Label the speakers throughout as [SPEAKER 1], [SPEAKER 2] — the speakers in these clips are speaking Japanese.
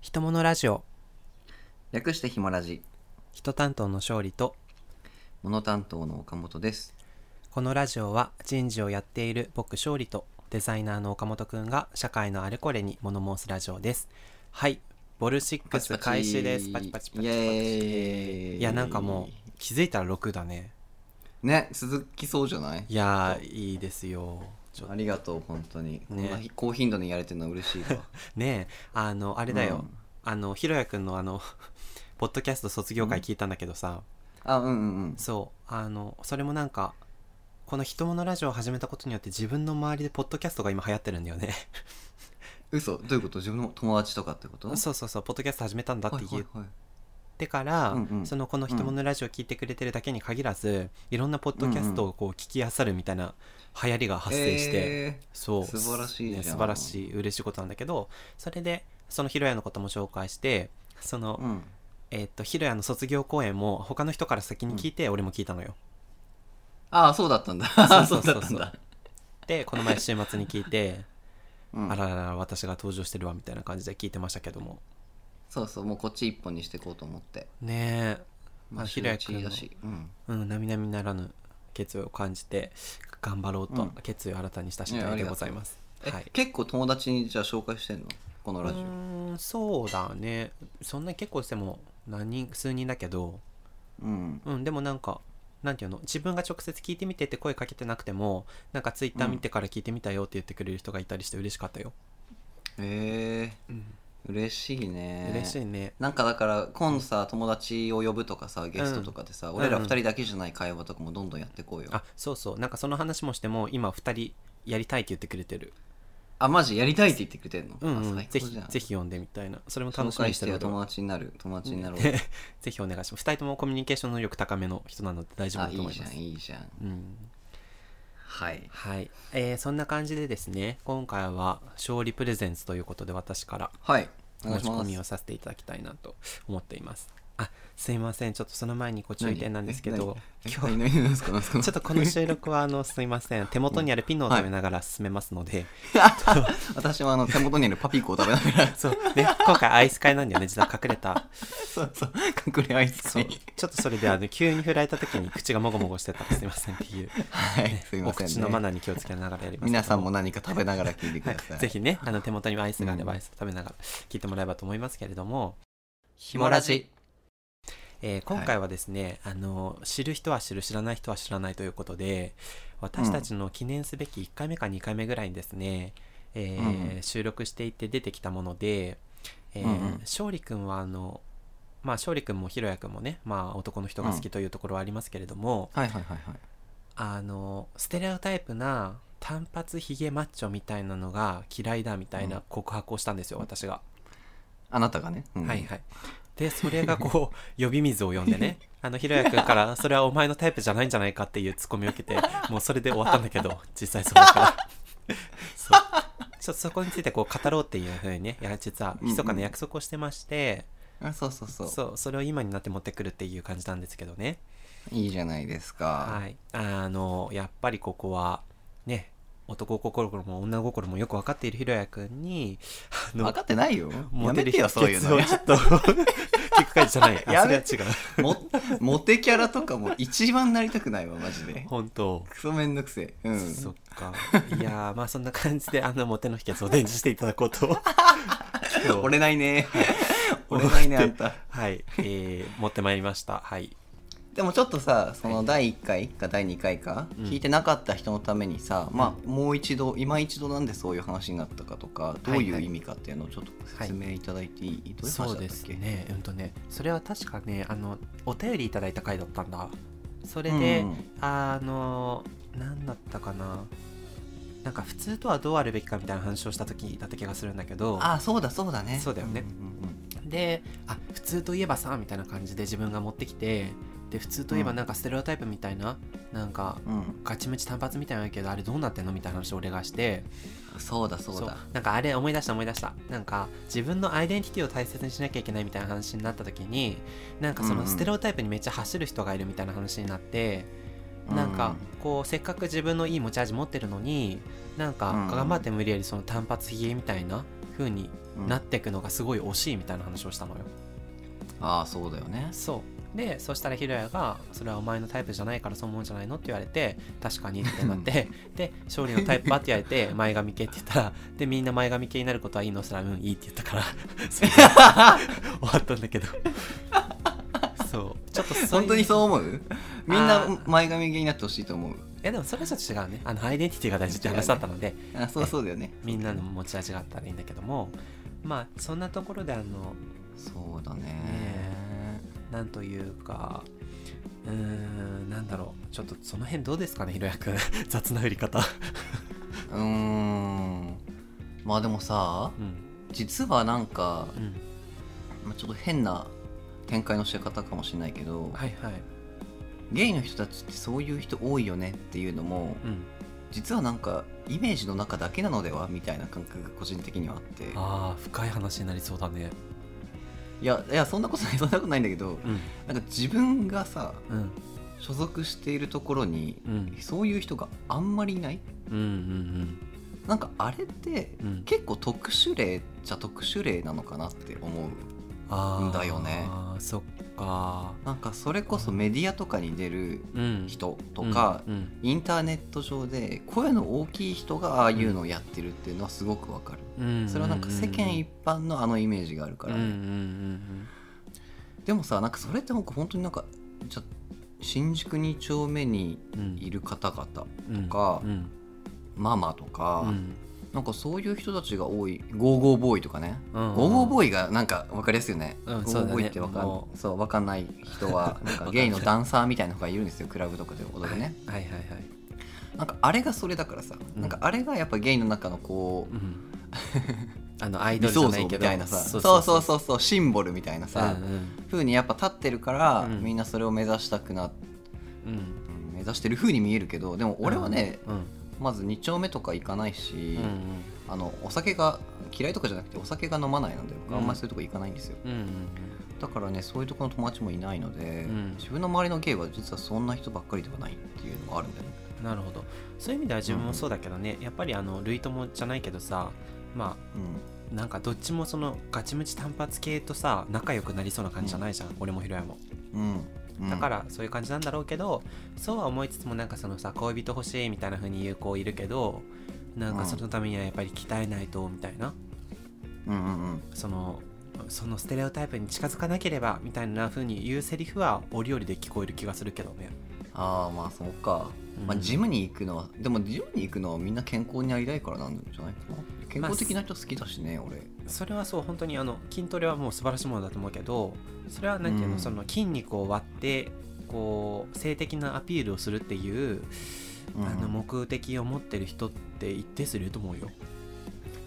[SPEAKER 1] ひとものラジオ
[SPEAKER 2] 略してひもラジ
[SPEAKER 1] 人担当の勝利と
[SPEAKER 2] モノ担当の岡本です
[SPEAKER 1] このラジオは人事をやっている僕勝利とデザイナーの岡本くんが社会のあれこれに物申すラジオですはいボルシックス開始ですパチパチパチパチ
[SPEAKER 2] イエーイ
[SPEAKER 1] いやなんかもう気づいたら6だね
[SPEAKER 2] うね続きそうじゃない
[SPEAKER 1] いやーいいですよちょっ
[SPEAKER 2] ありがとう本当に、こん
[SPEAKER 1] ね
[SPEAKER 2] な高頻度にやれてるのは嬉しいわ
[SPEAKER 1] とねえあのあれだよ、
[SPEAKER 2] うん
[SPEAKER 1] あのひろやくんのあの ポッドキャスト卒業会聞いたんだけどさ、
[SPEAKER 2] あうんうんうん
[SPEAKER 1] そうあのそれもなんかこの「ひとものラジオ」を始めたことによって自分の周りでポッドキャストが今流行ってるんだよね
[SPEAKER 2] 嘘どういうこと自分の友達とかってこと
[SPEAKER 1] そうそうそうポッドキャスト始めたんだって
[SPEAKER 2] は
[SPEAKER 1] 言っ
[SPEAKER 2] いはいはい
[SPEAKER 1] てから、
[SPEAKER 2] うんうん
[SPEAKER 1] そのこの「ひとものラジオ」聞いてくれてるだけに限らず、いろんなポッドキャストをこう聞き漁るみたいな流行りが発生して、
[SPEAKER 2] え
[SPEAKER 1] そう
[SPEAKER 2] 素晴らしいじゃん
[SPEAKER 1] ね素晴らしい嬉しいことなんだけどそれでそのひろやのことも紹介してその、
[SPEAKER 2] ーうん、
[SPEAKER 1] えっとひろやの卒業公演も他の人から先に聞いて、俺も聞いたのよ
[SPEAKER 2] ああそうだったんだ
[SPEAKER 1] そ
[SPEAKER 2] そうう
[SPEAKER 1] そうそ
[SPEAKER 2] だ
[SPEAKER 1] うそう
[SPEAKER 2] ったんだ、
[SPEAKER 1] でこの前週末に聞いて
[SPEAKER 2] うん
[SPEAKER 1] あららら私が登場してるわみたいな感じで聞いてましたけども
[SPEAKER 2] そうそうもうこっち一本にしていこうと思って
[SPEAKER 1] ねえ、ま
[SPEAKER 2] ま
[SPEAKER 1] あ、
[SPEAKER 2] あ
[SPEAKER 1] ひ
[SPEAKER 2] 週
[SPEAKER 1] ろやくん
[SPEAKER 2] 1
[SPEAKER 1] の
[SPEAKER 2] だ、し、うん、
[SPEAKER 1] うん、並々ならぬ決意を感じて頑張ろうと
[SPEAKER 2] うん
[SPEAKER 1] 決意を新たにした次
[SPEAKER 2] いやあ
[SPEAKER 1] 第
[SPEAKER 2] り
[SPEAKER 1] でご
[SPEAKER 2] がとう
[SPEAKER 1] ざいます、
[SPEAKER 2] え、
[SPEAKER 1] はい
[SPEAKER 2] 結構友達にじゃあ紹介してんのこの
[SPEAKER 1] う
[SPEAKER 2] ラジオ
[SPEAKER 1] ーんそうだねそんな結構しても何人数人だけど
[SPEAKER 2] うん
[SPEAKER 1] うんでもなんかなんていうの自分が直接聞いてみてって声かけてなくてもなんかツイッター見てから聞いてみたよって言ってくれる人がいたりして嬉しかったよ、
[SPEAKER 2] ええ嬉しいね
[SPEAKER 1] 嬉しいね
[SPEAKER 2] なんかだから今度さ友達を呼ぶとかさゲストとかでさ、
[SPEAKER 1] ん
[SPEAKER 2] 俺ら
[SPEAKER 1] うん
[SPEAKER 2] 二人だけじゃない会話とかもどんどんやってこうよ、
[SPEAKER 1] あそうそうなんかその話もしても今2人やりたいって言ってくれてる
[SPEAKER 2] あマジやりたいって言ってくれてんの、
[SPEAKER 1] うん、う
[SPEAKER 2] あ
[SPEAKER 1] ん、ぜひ
[SPEAKER 2] じゃん
[SPEAKER 1] ぜひ読んでみたいなそれも楽
[SPEAKER 2] 紹
[SPEAKER 1] しみに
[SPEAKER 2] 介
[SPEAKER 1] し
[SPEAKER 2] してて
[SPEAKER 1] る
[SPEAKER 2] よ
[SPEAKER 1] けど
[SPEAKER 2] 友達になる友達に なろう、
[SPEAKER 1] ぜひお願いします2人ともコミュニケーション能力高めの人なので大丈夫
[SPEAKER 2] あ
[SPEAKER 1] だと
[SPEAKER 2] い
[SPEAKER 1] 思
[SPEAKER 2] い
[SPEAKER 1] い
[SPEAKER 2] じ
[SPEAKER 1] ま
[SPEAKER 2] ゃん
[SPEAKER 1] す
[SPEAKER 2] いいじゃん
[SPEAKER 1] うん
[SPEAKER 2] はい
[SPEAKER 1] はい、えーそんな感じでですね今回は勝利プレゼンツということで私から
[SPEAKER 2] はいお願
[SPEAKER 1] 持
[SPEAKER 2] い
[SPEAKER 1] ち
[SPEAKER 2] し
[SPEAKER 1] 込
[SPEAKER 2] ま
[SPEAKER 1] みを
[SPEAKER 2] す
[SPEAKER 1] させていただきたいなと思っていますあすいませんちょっとその前にご注意点なんですけど
[SPEAKER 2] 今
[SPEAKER 1] 今日
[SPEAKER 2] 日何ですか何ですか
[SPEAKER 1] ちょっとこの収録はあのすいません手元にあるピノを食べながら進めますので、
[SPEAKER 2] 私はあの手元にあるパピコを食べながら
[SPEAKER 1] そうね今回アイス会なんだよね実は隠れた
[SPEAKER 2] そうそう隠れアイス
[SPEAKER 1] そう
[SPEAKER 2] 食い
[SPEAKER 1] ちょっとそれであの急に振られた時に口がもごもごして たすいませんっていう
[SPEAKER 2] はいすいま
[SPEAKER 1] お
[SPEAKER 2] せん、ね、
[SPEAKER 1] 口のマナーに気をつけながらやりますけど
[SPEAKER 2] 皆さんも何か食べながら聞いてください
[SPEAKER 1] ぜひねあの手元にアイスがあれば
[SPEAKER 2] う
[SPEAKER 1] ア
[SPEAKER 2] ん
[SPEAKER 1] イス食べながら聞いてもらえばと思いますけれども、
[SPEAKER 2] ひ
[SPEAKER 1] もラジえー今回はですね、あの知る人は知る知らない人は知らないということで私たちの記念すべき1回目か2回目ぐらいにですね、えー
[SPEAKER 2] う
[SPEAKER 1] 収録していて出てきたもので、えー
[SPEAKER 2] うんうん
[SPEAKER 1] 勝利くんはあのまあ勝利くんもひろやくんもね、まあ、男の人が好きというところはありますけれども、
[SPEAKER 2] はいはいはいはい
[SPEAKER 1] あのステレオタイプな単発ヒゲマッチョみたいなのが嫌いだみたいな告白をしたんですよ、私が。
[SPEAKER 2] あなたがね、うん
[SPEAKER 1] はいはい。で、それがこ う、呼び水を呼んでね、あの、ひろやくんから、それはお前のタイプじゃないんじゃないかっていうツッコミを受けて、もうそれで終わったんだけど、実際そうだ から。そう。ちょっとそこについてこう語ろうっていうふうにね、いや実は、
[SPEAKER 2] うんうん
[SPEAKER 1] 密かな約束をしてまして、
[SPEAKER 2] あそうそうそう
[SPEAKER 1] そう、それを今になって持ってくるっていう感じなんですけどね。
[SPEAKER 2] いいじゃないですか、
[SPEAKER 1] はい。あの、やっぱりここは、ね、男心も女心もよく分かっているひろやくんに、あ
[SPEAKER 2] 分
[SPEAKER 1] の、
[SPEAKER 2] かってないよ
[SPEAKER 1] モ
[SPEAKER 2] や
[SPEAKER 1] テ
[SPEAKER 2] め
[SPEAKER 1] る
[SPEAKER 2] て
[SPEAKER 1] 秘
[SPEAKER 2] よそういう
[SPEAKER 1] 訣
[SPEAKER 2] の
[SPEAKER 1] をちょっと 聞く感じじゃない。あ
[SPEAKER 2] やめ
[SPEAKER 1] それは違う。
[SPEAKER 2] もモテキャラとかも一番なりたくないわマジで
[SPEAKER 1] 本当、
[SPEAKER 2] クソめんどくせえ、うん、
[SPEAKER 1] そっかいやーまあそんな感じであのモテの秘訣を伝授していただこう と今日
[SPEAKER 2] 折れな いね折れないねあんた
[SPEAKER 1] はい、えー、持ってまいりましたはい
[SPEAKER 2] でもちょっとさその第1回か第2回か、
[SPEAKER 1] うん
[SPEAKER 2] 聞いてなかった人のためにさ、まあもう一度今一度なんでそういう話になったかとかどうい
[SPEAKER 1] は
[SPEAKER 2] う
[SPEAKER 1] いはい
[SPEAKER 2] 意味かっていうのをちょっと説明いただいていい、どういう話
[SPEAKER 1] そう
[SPEAKER 2] だっ
[SPEAKER 1] で
[SPEAKER 2] たっ
[SPEAKER 1] す
[SPEAKER 2] け
[SPEAKER 1] ねうんとねそれは確かねあのお便りいただいた回だったんだそれで、
[SPEAKER 2] うん
[SPEAKER 1] あの何だったかななんか普通とはどうあるべきかみたいな話をした時だった気がするんだけど
[SPEAKER 2] あそうだそうだね
[SPEAKER 1] そうだよね
[SPEAKER 2] んうんうん
[SPEAKER 1] であ普通といえばさみたいな感じで自分が持ってきてで普通といえば
[SPEAKER 2] うん
[SPEAKER 1] なんかステレオタイプみたいな、なんか
[SPEAKER 2] うん、
[SPEAKER 1] ガチムチ単発みたいなのやけどあれどうなってんのみたいな話を俺がして
[SPEAKER 2] そうだそうだ
[SPEAKER 1] なんかあれ思い出した思い出したなんか自分のアイデンティティを大切にしなきゃいけないみたいな話になった時になんかそ
[SPEAKER 2] うんう
[SPEAKER 1] の
[SPEAKER 2] ん
[SPEAKER 1] ステレオタイプにめっちゃ走る人がいるみたいな話になって、なんかこうせっかく自分のいい持ち味持ってるのになんか
[SPEAKER 2] うん
[SPEAKER 1] 頑張って無理やりその単発ひげみたいな風に
[SPEAKER 2] うん
[SPEAKER 1] なっていくのがすごい惜しいみたいな話をしたのよ。
[SPEAKER 2] ああそうだよね
[SPEAKER 1] そうでそしたらひろやが「それはお前のタイプじゃないからそう思うんじゃないの?」って言われて「確かに」ってなって で勝利のタイプはって言われて「前髪系」って言ったらでみんな前髪系になることはいいのすらうんいいって言った からそれで終わったんだけどそうちょっとそうい
[SPEAKER 2] 本
[SPEAKER 1] う
[SPEAKER 2] 当にそう思う みん
[SPEAKER 1] あ
[SPEAKER 2] な
[SPEAKER 1] ー
[SPEAKER 2] 前髪気になってほしいと思う
[SPEAKER 1] いやでもそれはちょっと違うねあのアイデンティティが大事って話だったので、
[SPEAKER 2] あそうそうだよね
[SPEAKER 1] みんなの持ち味があったらいいんだけどもまあそんなところであの
[SPEAKER 2] そうだね
[SPEAKER 1] なんというかうーんなんだろうちょっとその辺どうですかねひろやくん 雑な振り方
[SPEAKER 2] うーんまあでもさ
[SPEAKER 1] うん
[SPEAKER 2] 実はなんか
[SPEAKER 1] うん
[SPEAKER 2] まあちょっと変な展開の仕方かもしれないけど
[SPEAKER 1] はいはい
[SPEAKER 2] ゲイの人たちってそういう人多いよねっていうのも
[SPEAKER 1] うん
[SPEAKER 2] 実はなんかイメージの中だけなのではみたいな感覚が個人的にはあって
[SPEAKER 1] ああ深い話になりそうだね
[SPEAKER 2] いやいやそんなことないそんなことないんだけど
[SPEAKER 1] うん
[SPEAKER 2] なんか自分がさ
[SPEAKER 1] うん
[SPEAKER 2] 所属しているところに
[SPEAKER 1] うん
[SPEAKER 2] そういう人があんまりいない
[SPEAKER 1] うんうん
[SPEAKER 2] なんかあれって
[SPEAKER 1] うんうん
[SPEAKER 2] 結構特殊例じゃ特殊例なのかなって思う
[SPEAKER 1] ああ
[SPEAKER 2] だよね
[SPEAKER 1] ああそっか
[SPEAKER 2] なんかそれこそメディアとかに出る
[SPEAKER 1] うん
[SPEAKER 2] 人とか、
[SPEAKER 1] うんうん
[SPEAKER 2] インターネット上で声の大きい人がああいうのをやってるっていうのはすごくわかる、
[SPEAKER 1] うん
[SPEAKER 2] それはなんか世間一般のあのイメージがあるから、
[SPEAKER 1] うんうん
[SPEAKER 2] ねでもさなんかそれって僕本当になんかじゃ新宿2丁目に
[SPEAKER 1] うんうん
[SPEAKER 2] いる方々と
[SPEAKER 1] うん
[SPEAKER 2] か、
[SPEAKER 1] うん
[SPEAKER 2] ママと
[SPEAKER 1] う
[SPEAKER 2] か、
[SPEAKER 1] ん
[SPEAKER 2] なんかそういう人たちが多いゴーゴーボーイとかね、
[SPEAKER 1] うん
[SPEAKER 2] ゴーゴーボーイがなんか分かりやすいよね、
[SPEAKER 1] うん
[SPEAKER 2] ゴー
[SPEAKER 1] そうだね
[SPEAKER 2] ゴーボーイってわかん
[SPEAKER 1] も
[SPEAKER 2] そうわかんない人 はなんかゲイのダンサーみたいなのがいるんですよクラブとかで踊るね
[SPEAKER 1] はいはいはいはい
[SPEAKER 2] なんかあれがそれだからさ、
[SPEAKER 1] うん
[SPEAKER 2] なんかあれがやっぱゲイの中のこ
[SPEAKER 1] う
[SPEAKER 2] うん
[SPEAKER 1] あのアイドル
[SPEAKER 2] 理
[SPEAKER 1] じゃ
[SPEAKER 2] 想
[SPEAKER 1] な
[SPEAKER 2] 像
[SPEAKER 1] い
[SPEAKER 2] み
[SPEAKER 1] けど
[SPEAKER 2] たいなさそうそうそうそうシンボルみたいなさ、
[SPEAKER 1] うん
[SPEAKER 2] 風にやっぱ立ってるから、
[SPEAKER 1] うん
[SPEAKER 2] みんなそれを目指したくな
[SPEAKER 1] うんうん
[SPEAKER 2] うん目指してる風に見えるけどでも俺はね、
[SPEAKER 1] うん
[SPEAKER 2] まず2丁目とか行かないし、
[SPEAKER 1] うん
[SPEAKER 2] あのお酒が嫌いとかじゃなくてお酒が飲まないので僕あんまりそういうとこ行かないんですよ、
[SPEAKER 1] うんうん
[SPEAKER 2] だからねそういうとこの友達もいないので、
[SPEAKER 1] うん
[SPEAKER 2] 自分の周りのゲイは実はそんな人ばっかりではないっていうのがあるんだよね
[SPEAKER 1] うんなるほどそういう意味では自分もそうだけどね、やっぱりあの類友じゃないけどさまあなんかどっちもそのガチムチ単発系とさ仲良くなりそうな感じじゃないじゃん、俺もひろやも
[SPEAKER 2] うん、うん、
[SPEAKER 1] だからそういう感じなんだろうけど、そうは思いつつもなんかそのさ恋人欲しいみたいな風に言う子いるけどなんかそのためにはやっぱり鍛えないとみたいな、
[SPEAKER 2] うんうんうん
[SPEAKER 1] そのそのステレオタイプに近づかなければみたいな風に言うセリフは折々で聞こえる気がするけどね、
[SPEAKER 2] ああまあそうか、まあ、ジムに行くのはでもジムに行くのはみんな健康になりたいからなんじゃないかな健康的な人好きだしね俺
[SPEAKER 1] それはそう本当にあの筋トレはもう素晴らしいものだと思うけどそれは何ていうの、
[SPEAKER 2] うん
[SPEAKER 1] その筋肉を割ってこう性的なアピールをするっていう、
[SPEAKER 2] うん
[SPEAKER 1] あの目的を持ってる人って一定数いると思うよ、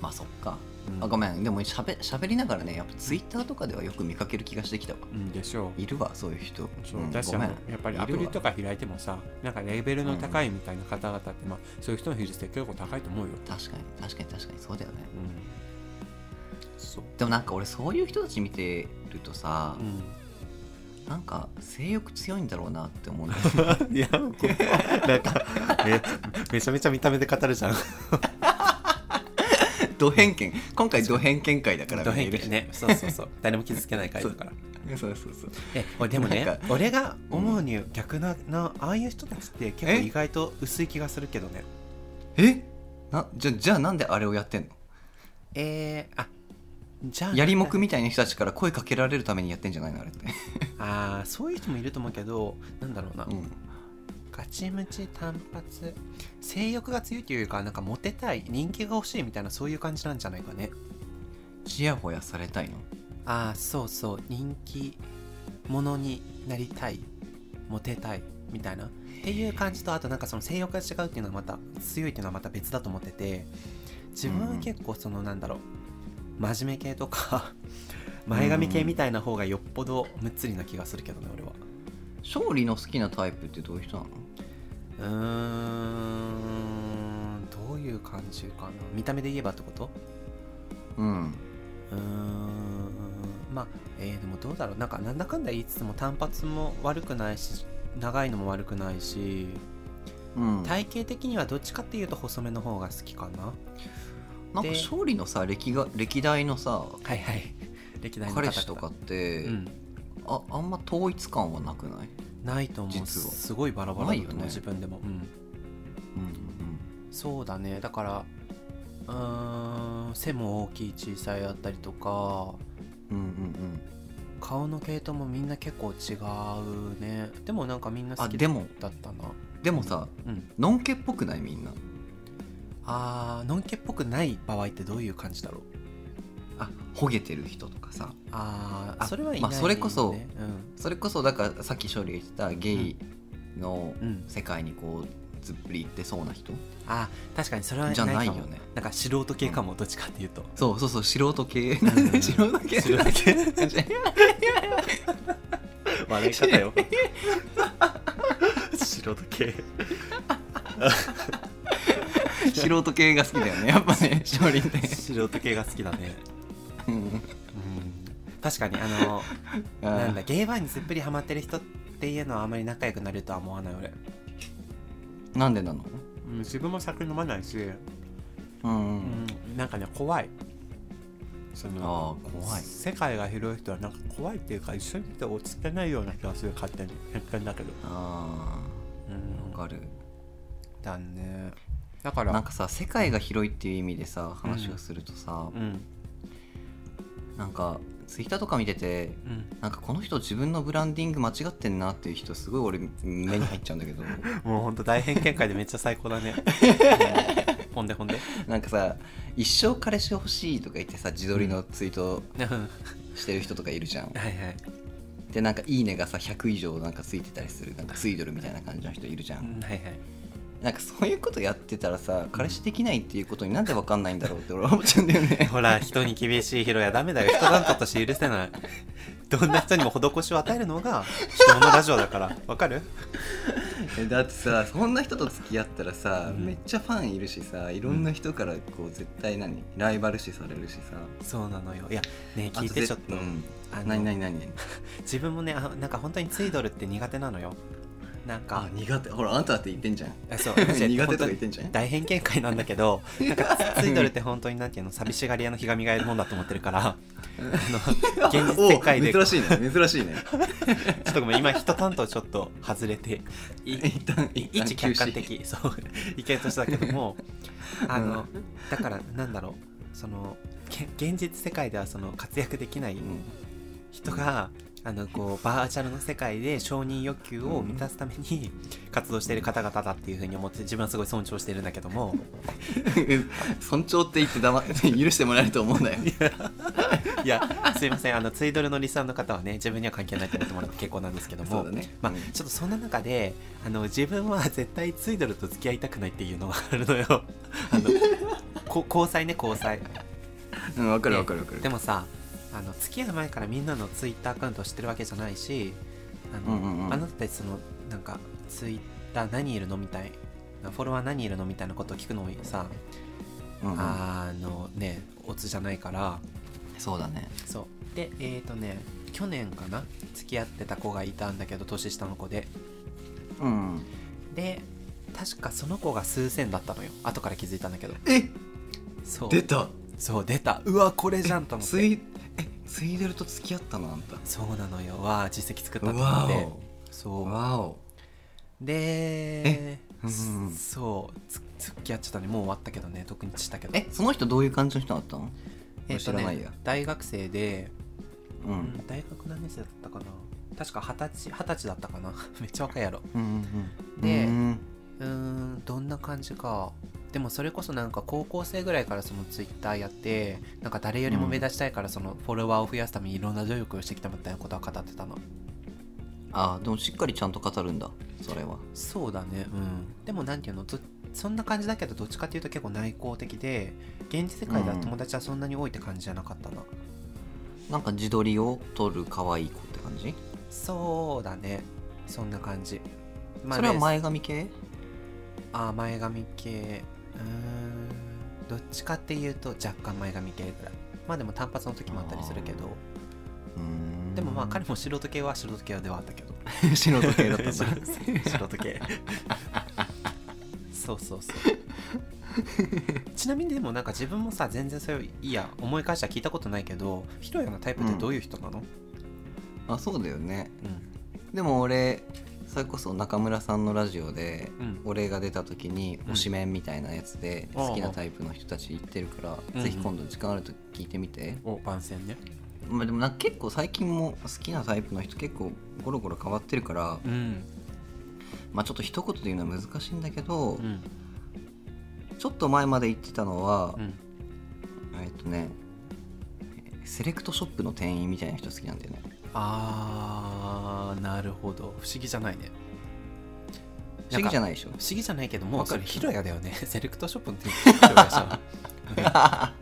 [SPEAKER 2] まあそっか、
[SPEAKER 1] うん、
[SPEAKER 2] あごめんでもしゃべしゃべりながらねやっぱツイッターとかではよく見かける気がしてきたわ
[SPEAKER 1] うんでしょう
[SPEAKER 2] いるわそういう人
[SPEAKER 1] そう
[SPEAKER 2] うん
[SPEAKER 1] だし
[SPEAKER 2] ごめ
[SPEAKER 1] あ
[SPEAKER 2] ん
[SPEAKER 1] のやっぱりアプリとか開いてもさなんかレベルの高いみたいな方々って、まあ、そういう人の比率って結構高いと思うよ、
[SPEAKER 2] 確かに確かに確かにそうだよね
[SPEAKER 1] うん、そう、
[SPEAKER 2] でもなんか俺そういう人たち見てるとさ、
[SPEAKER 1] うん
[SPEAKER 2] なんか性欲強いんだろうなって思うんだよ
[SPEAKER 1] いや、こうなんかめ、めちゃめちゃ見た目で語るじゃん。
[SPEAKER 2] ド偏見今回ド偏見会だから
[SPEAKER 1] ド変
[SPEAKER 2] 見える
[SPEAKER 1] 形ね。そうそう そう。誰も傷つけないからだから。
[SPEAKER 2] そうそうそう
[SPEAKER 1] え、俺でも
[SPEAKER 2] なん
[SPEAKER 1] ね
[SPEAKER 2] か、
[SPEAKER 1] 俺が思うに逆な、な、ああいう人たちって結構
[SPEAKER 2] え
[SPEAKER 1] 意外と薄い気がするけどね。
[SPEAKER 2] えなじゃじゃあなんであれをやってんの
[SPEAKER 1] えー、あ、じゃあ、
[SPEAKER 2] やりもくみたいな人たちから声かけられるためにやってんじゃないのあれって、
[SPEAKER 1] ああ、そういう人もいると思うけど、なんだろうな。
[SPEAKER 2] うん、
[SPEAKER 1] ガチムチ単発。性欲が強いというか、なんかモテたい、人気が欲しいみたいな、そういう感じなんじゃないかね。
[SPEAKER 2] ちやほやされたいの
[SPEAKER 1] ああそうそう人気者になりたいモテたいみたいなっていう感じとあとなんかその性欲が違うっていうのはまた強いっていうのはまた別だと思ってて自分は結構そのなんだろう真面目系とか 前髪系みたいな方がよっぽどむっつりな気がするけどね俺は
[SPEAKER 2] 勝利の好きなタイプってどういう人なの
[SPEAKER 1] うーんどういう感じかな見た目で言えばってこと
[SPEAKER 2] うん
[SPEAKER 1] うーんまあ、えーでもどうだろうなんかなんだかんだ言いつつも単発も悪くないし長いのも悪くないし
[SPEAKER 2] うん
[SPEAKER 1] 体型的にはどっちかっていうと細めの方が好きかな
[SPEAKER 2] なん
[SPEAKER 1] で
[SPEAKER 2] か勝利のさ歴が歴代のさ
[SPEAKER 1] はいはい 歴代の方々
[SPEAKER 2] 彼氏とかって、
[SPEAKER 1] うん、
[SPEAKER 2] ああんま統一感はなくない、
[SPEAKER 1] ないと思う
[SPEAKER 2] 実は
[SPEAKER 1] すごいバラバラだと
[SPEAKER 2] ないよ
[SPEAKER 1] 思う
[SPEAKER 2] ね
[SPEAKER 1] 自分でも、うん、
[SPEAKER 2] うん
[SPEAKER 1] そうだねだからうーん背も大きい小さいあったりとか
[SPEAKER 2] うん、うんうん
[SPEAKER 1] 顔の系統もみんな結構違うねでもなんかみんな好
[SPEAKER 2] あ
[SPEAKER 1] き
[SPEAKER 2] でも
[SPEAKER 1] だったな
[SPEAKER 2] でもさ
[SPEAKER 1] うん
[SPEAKER 2] のんけっぽくないみんな
[SPEAKER 1] あーのんけっぽくない場合ってどういう感じだろう
[SPEAKER 2] あほげてる人とかさ
[SPEAKER 1] ああ
[SPEAKER 2] あ
[SPEAKER 1] それはいない、ね
[SPEAKER 2] まあそれこそ
[SPEAKER 1] うん
[SPEAKER 2] それこそだからさっき勝利が言ってたゲイの
[SPEAKER 1] うん、
[SPEAKER 2] 世界にこうずっぷりいってそうな人
[SPEAKER 1] あー確かにそれは
[SPEAKER 2] じゃ
[SPEAKER 1] かも
[SPEAKER 2] ないよね
[SPEAKER 1] なんか素人系かも、どっちかっていうと
[SPEAKER 2] そうそうそう素人系
[SPEAKER 1] ん
[SPEAKER 2] 素人系
[SPEAKER 1] 素人
[SPEAKER 2] 系
[SPEAKER 1] 笑い方よ 素人系
[SPEAKER 2] 素人系が好きだよねやっぱね勝利って
[SPEAKER 1] 素人系が好きだね、
[SPEAKER 2] うん
[SPEAKER 1] うん、確かにあの
[SPEAKER 2] あー
[SPEAKER 1] なんだゲイバーにすっぷりハマってる人っていうのはあまり仲良くなるとは思わない俺、
[SPEAKER 2] なんでなの
[SPEAKER 1] うん、自分も酒飲まないし、
[SPEAKER 2] うん、
[SPEAKER 1] うん、なんかね怖いそ
[SPEAKER 2] ああ
[SPEAKER 1] の
[SPEAKER 2] 怖い
[SPEAKER 1] 世界が広い人はなんか怖いっていうか一緒にいて落ち着けないような気がする勝手に偏見だけど
[SPEAKER 2] あ
[SPEAKER 1] うん
[SPEAKER 2] ーわかる
[SPEAKER 1] だねだか
[SPEAKER 2] なんかさ世界が広いっていう意味でさ話をするとさ、
[SPEAKER 1] うん
[SPEAKER 2] なんかツイッターとか見てて
[SPEAKER 1] うん
[SPEAKER 2] なんかこの人自分のブランディング間違ってんなっていう人すごい俺目に入っちゃうん だけど
[SPEAKER 1] もうほんと大偏見会でめっちゃ最高だ ねうんほんでほん で
[SPEAKER 2] なんかさ一生彼氏欲しいとか言ってさ自撮りのツイートしてる人とかいるじゃん、
[SPEAKER 1] はいはい
[SPEAKER 2] でなんか「いいね」がさ100以上なんかついてたりするなんかツイドルみたいな感じの人いるじゃん、
[SPEAKER 1] うんはいはい
[SPEAKER 2] なんかそういうことやってたらさ彼氏できないっていうことになんで分かんないんだろうって俺は思っちゃうんだよ ね
[SPEAKER 1] ほら人に厳しいヒロやダメだよ人なんかとして許せないどんな人にも施しを与えるのが人のラジオだからわかる
[SPEAKER 2] えだってさそんな人と付き合ったらさ、
[SPEAKER 1] うん
[SPEAKER 2] めっちゃファンいるしさいろんな人からこう絶対何ライバル視されるしさ
[SPEAKER 1] そうなのよいやね
[SPEAKER 2] あと
[SPEAKER 1] 聞いてちょっと
[SPEAKER 2] うん、
[SPEAKER 1] あの
[SPEAKER 2] 何何何何
[SPEAKER 1] 自分もねあなんか本当にツイドルって苦手なのよなんか
[SPEAKER 2] あ苦手ほらあんただって言ってんじゃん
[SPEAKER 1] あ そう
[SPEAKER 2] 苦手と
[SPEAKER 1] 本当
[SPEAKER 2] か
[SPEAKER 1] に
[SPEAKER 2] 言ってんじゃん
[SPEAKER 1] 大偏見会なんだけどなんかツツイドルって本当になんていうの寂しがり屋のひがみがいるもんだと思ってるからあの現実世界で
[SPEAKER 2] お
[SPEAKER 1] ちょ
[SPEAKER 2] 珍しいね珍しいね
[SPEAKER 1] っとごめん今人担当ちょっと外れて い
[SPEAKER 2] 一旦一 旦
[SPEAKER 1] 一
[SPEAKER 2] 休
[SPEAKER 1] 客観
[SPEAKER 2] 止
[SPEAKER 1] 的 そう意見としてだけどもあの、だからなんだろうそのけ現実世界ではその活躍できない
[SPEAKER 2] うん
[SPEAKER 1] 人が、あのこうバーチャルの世界で承認欲求を満たすために活動している方々だっていうふうに思って自分はすごい尊重してるんだけども
[SPEAKER 2] 尊重って言って黙 許してもらえると思うんだよ
[SPEAKER 1] いやすいませんあのツイドルのリスナーの方はね自分には関係ないと思ってもらって結構なんですけど
[SPEAKER 2] そ
[SPEAKER 1] も、
[SPEAKER 2] うだね
[SPEAKER 1] まあ
[SPEAKER 2] うん
[SPEAKER 1] ちょっとそんな中であの自分は絶対ツイドルと付き合いたくないっていうのがあるのよあのこ交際ね交際
[SPEAKER 2] うんわかるわかるわかる
[SPEAKER 1] でもさあの付き合う前からみんなのツイッターアカウント知ってるわけじゃないしあの、
[SPEAKER 2] うんうんうん
[SPEAKER 1] あなたたちそのなんかツイッター何いるのみたいなフォロワー何いるのみたいなことを聞くのもさ、
[SPEAKER 2] うんうん
[SPEAKER 1] あのねオツじゃないから
[SPEAKER 2] そうだね
[SPEAKER 1] そうでえっ、とね去年かな付き合ってた子がいたんだけど年下の子で
[SPEAKER 2] うん
[SPEAKER 1] で確かその子が数千だったのよ後から気づいたんだけど
[SPEAKER 2] え
[SPEAKER 1] そう
[SPEAKER 2] 出た
[SPEAKER 1] そう出たうわこれじゃんと思っ
[SPEAKER 2] ツ
[SPEAKER 1] て
[SPEAKER 2] イえツイドルと付き合ったのあんた
[SPEAKER 1] そうなのよわあ実績作ったと思っ
[SPEAKER 2] わ
[SPEAKER 1] て
[SPEAKER 2] お
[SPEAKER 1] そう
[SPEAKER 2] わお
[SPEAKER 1] で、
[SPEAKER 2] うんうんうん
[SPEAKER 1] そそうつ付き合っちゃったねもう終わったけどね特にしたけど
[SPEAKER 2] えその人どういう感じの人だったの
[SPEAKER 1] えっ
[SPEAKER 2] 知
[SPEAKER 1] と
[SPEAKER 2] ら
[SPEAKER 1] ね
[SPEAKER 2] ないや
[SPEAKER 1] 大学生で、
[SPEAKER 2] うんう
[SPEAKER 1] うんん大学何年生だったかな確か二十歳二十歳だったかな めっちゃ若いやろ
[SPEAKER 2] うんうん
[SPEAKER 1] で
[SPEAKER 2] うん
[SPEAKER 1] うーんどんな感じかでもそれこそなんか高校生ぐらいからそのツイッターやってなんか誰よりも目立ちたいからそのフォロワーを増やすためにいろんな努力をしてきたみたいなことは語ってたの
[SPEAKER 2] あでもしっかりちゃんと語るんだそれは
[SPEAKER 1] そうだねうんでもなんていうのどそんな感じだけどどっちかっていうと結構内向的で現実世界では友達はそんなに多いって感じじゃなかったな、
[SPEAKER 2] なんか自撮りを撮る可愛い子って感じ
[SPEAKER 1] そうだねそんな感じ、まあ
[SPEAKER 2] そ
[SPEAKER 1] ね
[SPEAKER 2] れは前髪系
[SPEAKER 1] あ前髪系うーんどっちかっていうと若干前髪系ぐらいまあでも単発の時もあったりするけどでもまあ彼も素人系は素人系ではあったけど
[SPEAKER 2] も 素人系だったんだ
[SPEAKER 1] 素人系そうそうそうちなみにでもなんか自分もさ全然それいいや思い返したら聞いたことないけどヒロヤのタイプってどういう人なの、
[SPEAKER 2] あそうだよね
[SPEAKER 1] うん
[SPEAKER 2] でも俺それこそ中村さんのラジオで
[SPEAKER 1] うん
[SPEAKER 2] 俺が出た時に
[SPEAKER 1] うん
[SPEAKER 2] 推しメンみたいなやつで
[SPEAKER 1] ああ
[SPEAKER 2] 好きなタイプの人たち言ってるか
[SPEAKER 1] うん
[SPEAKER 2] らぜひ今度時間あると聞いてみて、
[SPEAKER 1] お番宣ね
[SPEAKER 2] まあ、でもなんか結構最近も好きなタイプの人結構ゴロゴロ変わってるから、
[SPEAKER 1] うん
[SPEAKER 2] まあ、ちょっと一言で言うのは難しいんだけど、
[SPEAKER 1] うん
[SPEAKER 2] ちょっと前まで言ってたのは
[SPEAKER 1] う、ん
[SPEAKER 2] えっとねセレクトショップの店員みたいな人好きなんだよね
[SPEAKER 1] あーなるほど不思議じゃないね
[SPEAKER 2] 不思議じゃ
[SPEAKER 1] ない
[SPEAKER 2] ないでしょ
[SPEAKER 1] 不思議じゃないけどもう
[SPEAKER 2] わ
[SPEAKER 1] そ
[SPEAKER 2] か
[SPEAKER 1] れ
[SPEAKER 2] る
[SPEAKER 1] ヒロヤだよ ねセレクトショップの店員ヒロヤでしょ
[SPEAKER 2] あ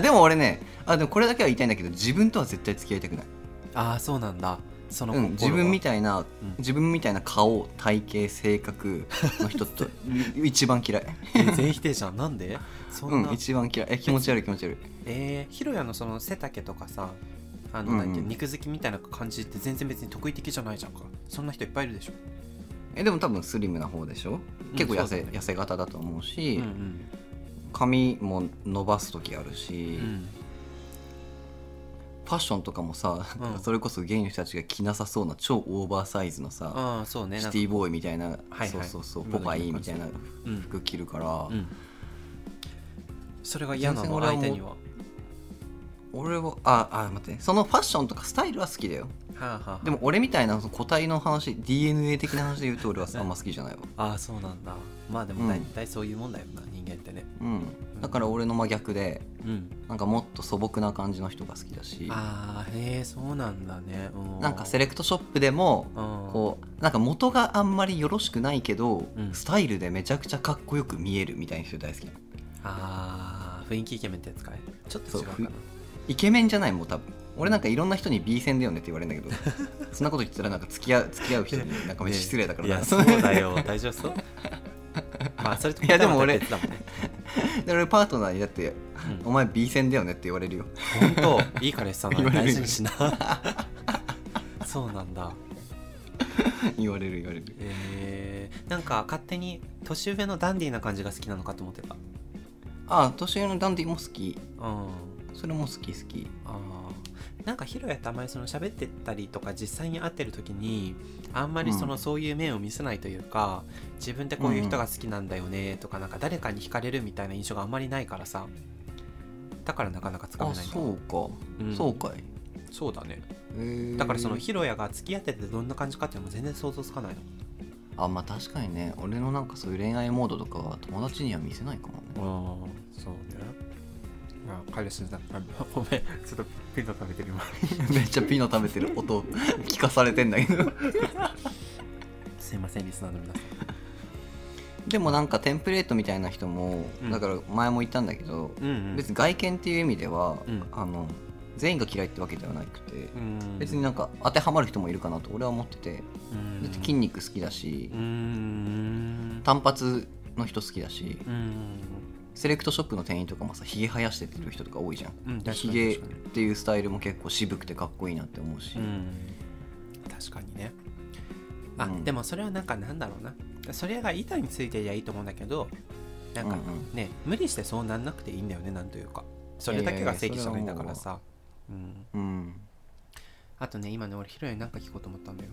[SPEAKER 2] でも俺ねあでもこれだけは言いたいんだけど自分とは絶対付き合いたくない、
[SPEAKER 1] ああそうなんだその
[SPEAKER 2] う
[SPEAKER 1] 心は、
[SPEAKER 2] ん、自分みたいな、
[SPEAKER 1] うん
[SPEAKER 2] 自分みたいな顔体型性格の人と一番嫌い、
[SPEAKER 1] え全否定じゃんなんでそ
[SPEAKER 2] うん
[SPEAKER 1] な、
[SPEAKER 2] ん、一番嫌いえ気持ち悪い気持ち悪い
[SPEAKER 1] えー、ヒロヤのその背丈とかさあ
[SPEAKER 2] う
[SPEAKER 1] の
[SPEAKER 2] んうん
[SPEAKER 1] なんていう肉付きみたいな感じって全然別に得意的じゃないじゃんかそんな人いっぱいいるでしょ
[SPEAKER 2] えでも多分スリムな方でしょ結構痩せ,、
[SPEAKER 1] そうだね
[SPEAKER 2] 痩せ型だと思うし、
[SPEAKER 1] うん
[SPEAKER 2] 髪も伸ばす時ある
[SPEAKER 1] う
[SPEAKER 2] し、
[SPEAKER 1] ん
[SPEAKER 2] ファッションとかもさ、
[SPEAKER 1] うん
[SPEAKER 2] それこそゲイの人たちが着なさそうな超オーバーサイズのさ、
[SPEAKER 1] ああそうね
[SPEAKER 2] シ
[SPEAKER 1] なん
[SPEAKER 2] テ
[SPEAKER 1] か
[SPEAKER 2] ィボーイみたいな、
[SPEAKER 1] はい
[SPEAKER 2] そうそうそう
[SPEAKER 1] 今
[SPEAKER 2] ポ
[SPEAKER 1] の
[SPEAKER 2] パイみたいな
[SPEAKER 1] うん、
[SPEAKER 2] 服着るから、
[SPEAKER 1] うん、それが嫌な
[SPEAKER 2] 全然
[SPEAKER 1] の
[SPEAKER 2] 俺
[SPEAKER 1] 相
[SPEAKER 2] はもう
[SPEAKER 1] 手にはは
[SPEAKER 2] 俺はああ待ってそのファッションとかスタイルは好きだよ
[SPEAKER 1] あ、はあはあ、
[SPEAKER 2] でも俺みたいなその個体の話 DNA 的な話で言うと 俺はあんま好きじゃないわ、
[SPEAKER 1] ああそうなんだまあでも大
[SPEAKER 2] うん
[SPEAKER 1] 体そういうもんだよな、人間ってね
[SPEAKER 2] うん、だから俺の真逆で
[SPEAKER 1] うん
[SPEAKER 2] なんかもっと素朴な感じの人が好きだし
[SPEAKER 1] ああへえそうなんだねう
[SPEAKER 2] なんかセレクトショップでも
[SPEAKER 1] こ
[SPEAKER 2] こうなんか元があんまりよろしくないけど、
[SPEAKER 1] うん
[SPEAKER 2] スタイルでめちゃくちゃかっこよく見えるみたいな人大好き
[SPEAKER 1] うんああ雰囲気イケメンってやつかいちょっと違うか
[SPEAKER 2] そう
[SPEAKER 1] な
[SPEAKER 2] イケメンじゃないもう多分俺なんかいろんな人に B 線だよねって言われるんだけど そんなこと言ったらなんか付き合う付き合う人になんかめっちゃ失礼だから
[SPEAKER 1] い
[SPEAKER 2] な
[SPEAKER 1] やそうだ よ大丈夫そうまあそれと
[SPEAKER 2] いやでも俺
[SPEAKER 1] 答えは別だもん ね
[SPEAKER 2] で俺パートナーにだって
[SPEAKER 1] うん
[SPEAKER 2] 「お前 B 線だよね」って言われるよ
[SPEAKER 1] 本当いい彼氏さんは
[SPEAKER 2] 言われる
[SPEAKER 1] 大事にしな そうなんだ
[SPEAKER 2] 言われる言われる
[SPEAKER 1] えー、なんか勝手に年上のダンディーな感じが好きなのかと思ってたうん
[SPEAKER 2] ああ年上のダンディも好き
[SPEAKER 1] あ
[SPEAKER 2] それも好き好き
[SPEAKER 1] ーなんかヒロヤってあんまりその喋ってたりとか実際に会ってる時にあんまりその
[SPEAKER 2] うん
[SPEAKER 1] そういう面を見せないというか、自分ってこういう人が好きなんだよねとか、なんか誰かに惹かれるみたいな印象があんまりないからさだからなかなかつかめ
[SPEAKER 2] あ
[SPEAKER 1] ないんだ
[SPEAKER 2] そうか、
[SPEAKER 1] うん
[SPEAKER 2] そうかい
[SPEAKER 1] そうだね
[SPEAKER 2] へー
[SPEAKER 1] だからそのヒロヤが付き合っててどんな感じかっていうのも全然想像つかない
[SPEAKER 2] あまあ確かにね俺のなんかそういう恋愛モードとかは友達には見せないかもね
[SPEAKER 1] のああそうねあ彼氏だごめんちょっとピンと食べてみます
[SPEAKER 2] めっちゃピノ食べてる 音聞かされてんだけど
[SPEAKER 1] すいませんリスナーの皆さん
[SPEAKER 2] でもなんかテンプレートみたいな人も、
[SPEAKER 1] うん
[SPEAKER 2] だから前も言ったんだけど、
[SPEAKER 1] うん、うん、
[SPEAKER 2] 別に外見っていう意味では、
[SPEAKER 1] うん
[SPEAKER 2] あの全員が嫌いってわけではなくて、
[SPEAKER 1] うん
[SPEAKER 2] 別になんか当てはまる人もいるかなと俺は思ってて、
[SPEAKER 1] うん
[SPEAKER 2] だって筋肉好きだし、
[SPEAKER 1] うん
[SPEAKER 2] 単発の人好きだし
[SPEAKER 1] うん
[SPEAKER 2] セレクトショップの店員とかもさひげ生やしてってる人とか多いじゃん
[SPEAKER 1] うん確
[SPEAKER 2] で
[SPEAKER 1] か
[SPEAKER 2] ひ
[SPEAKER 1] に
[SPEAKER 2] げっ
[SPEAKER 1] 確かに
[SPEAKER 2] ていうスタイルも結構渋くてかっこいいなって思うし、
[SPEAKER 1] うん確かにねあ、
[SPEAKER 2] うん
[SPEAKER 1] でもそれはなんかなんだろうなそれが板についてりゃいいと思うんだけどなんか
[SPEAKER 2] うんうん
[SPEAKER 1] ね、無理してそうなんなくていいんだよねなんというかそれだけが正義じゃないんだからさうん、
[SPEAKER 2] うん
[SPEAKER 1] あとね今ね俺ヒロヤに何か聞こうと思ったんだよ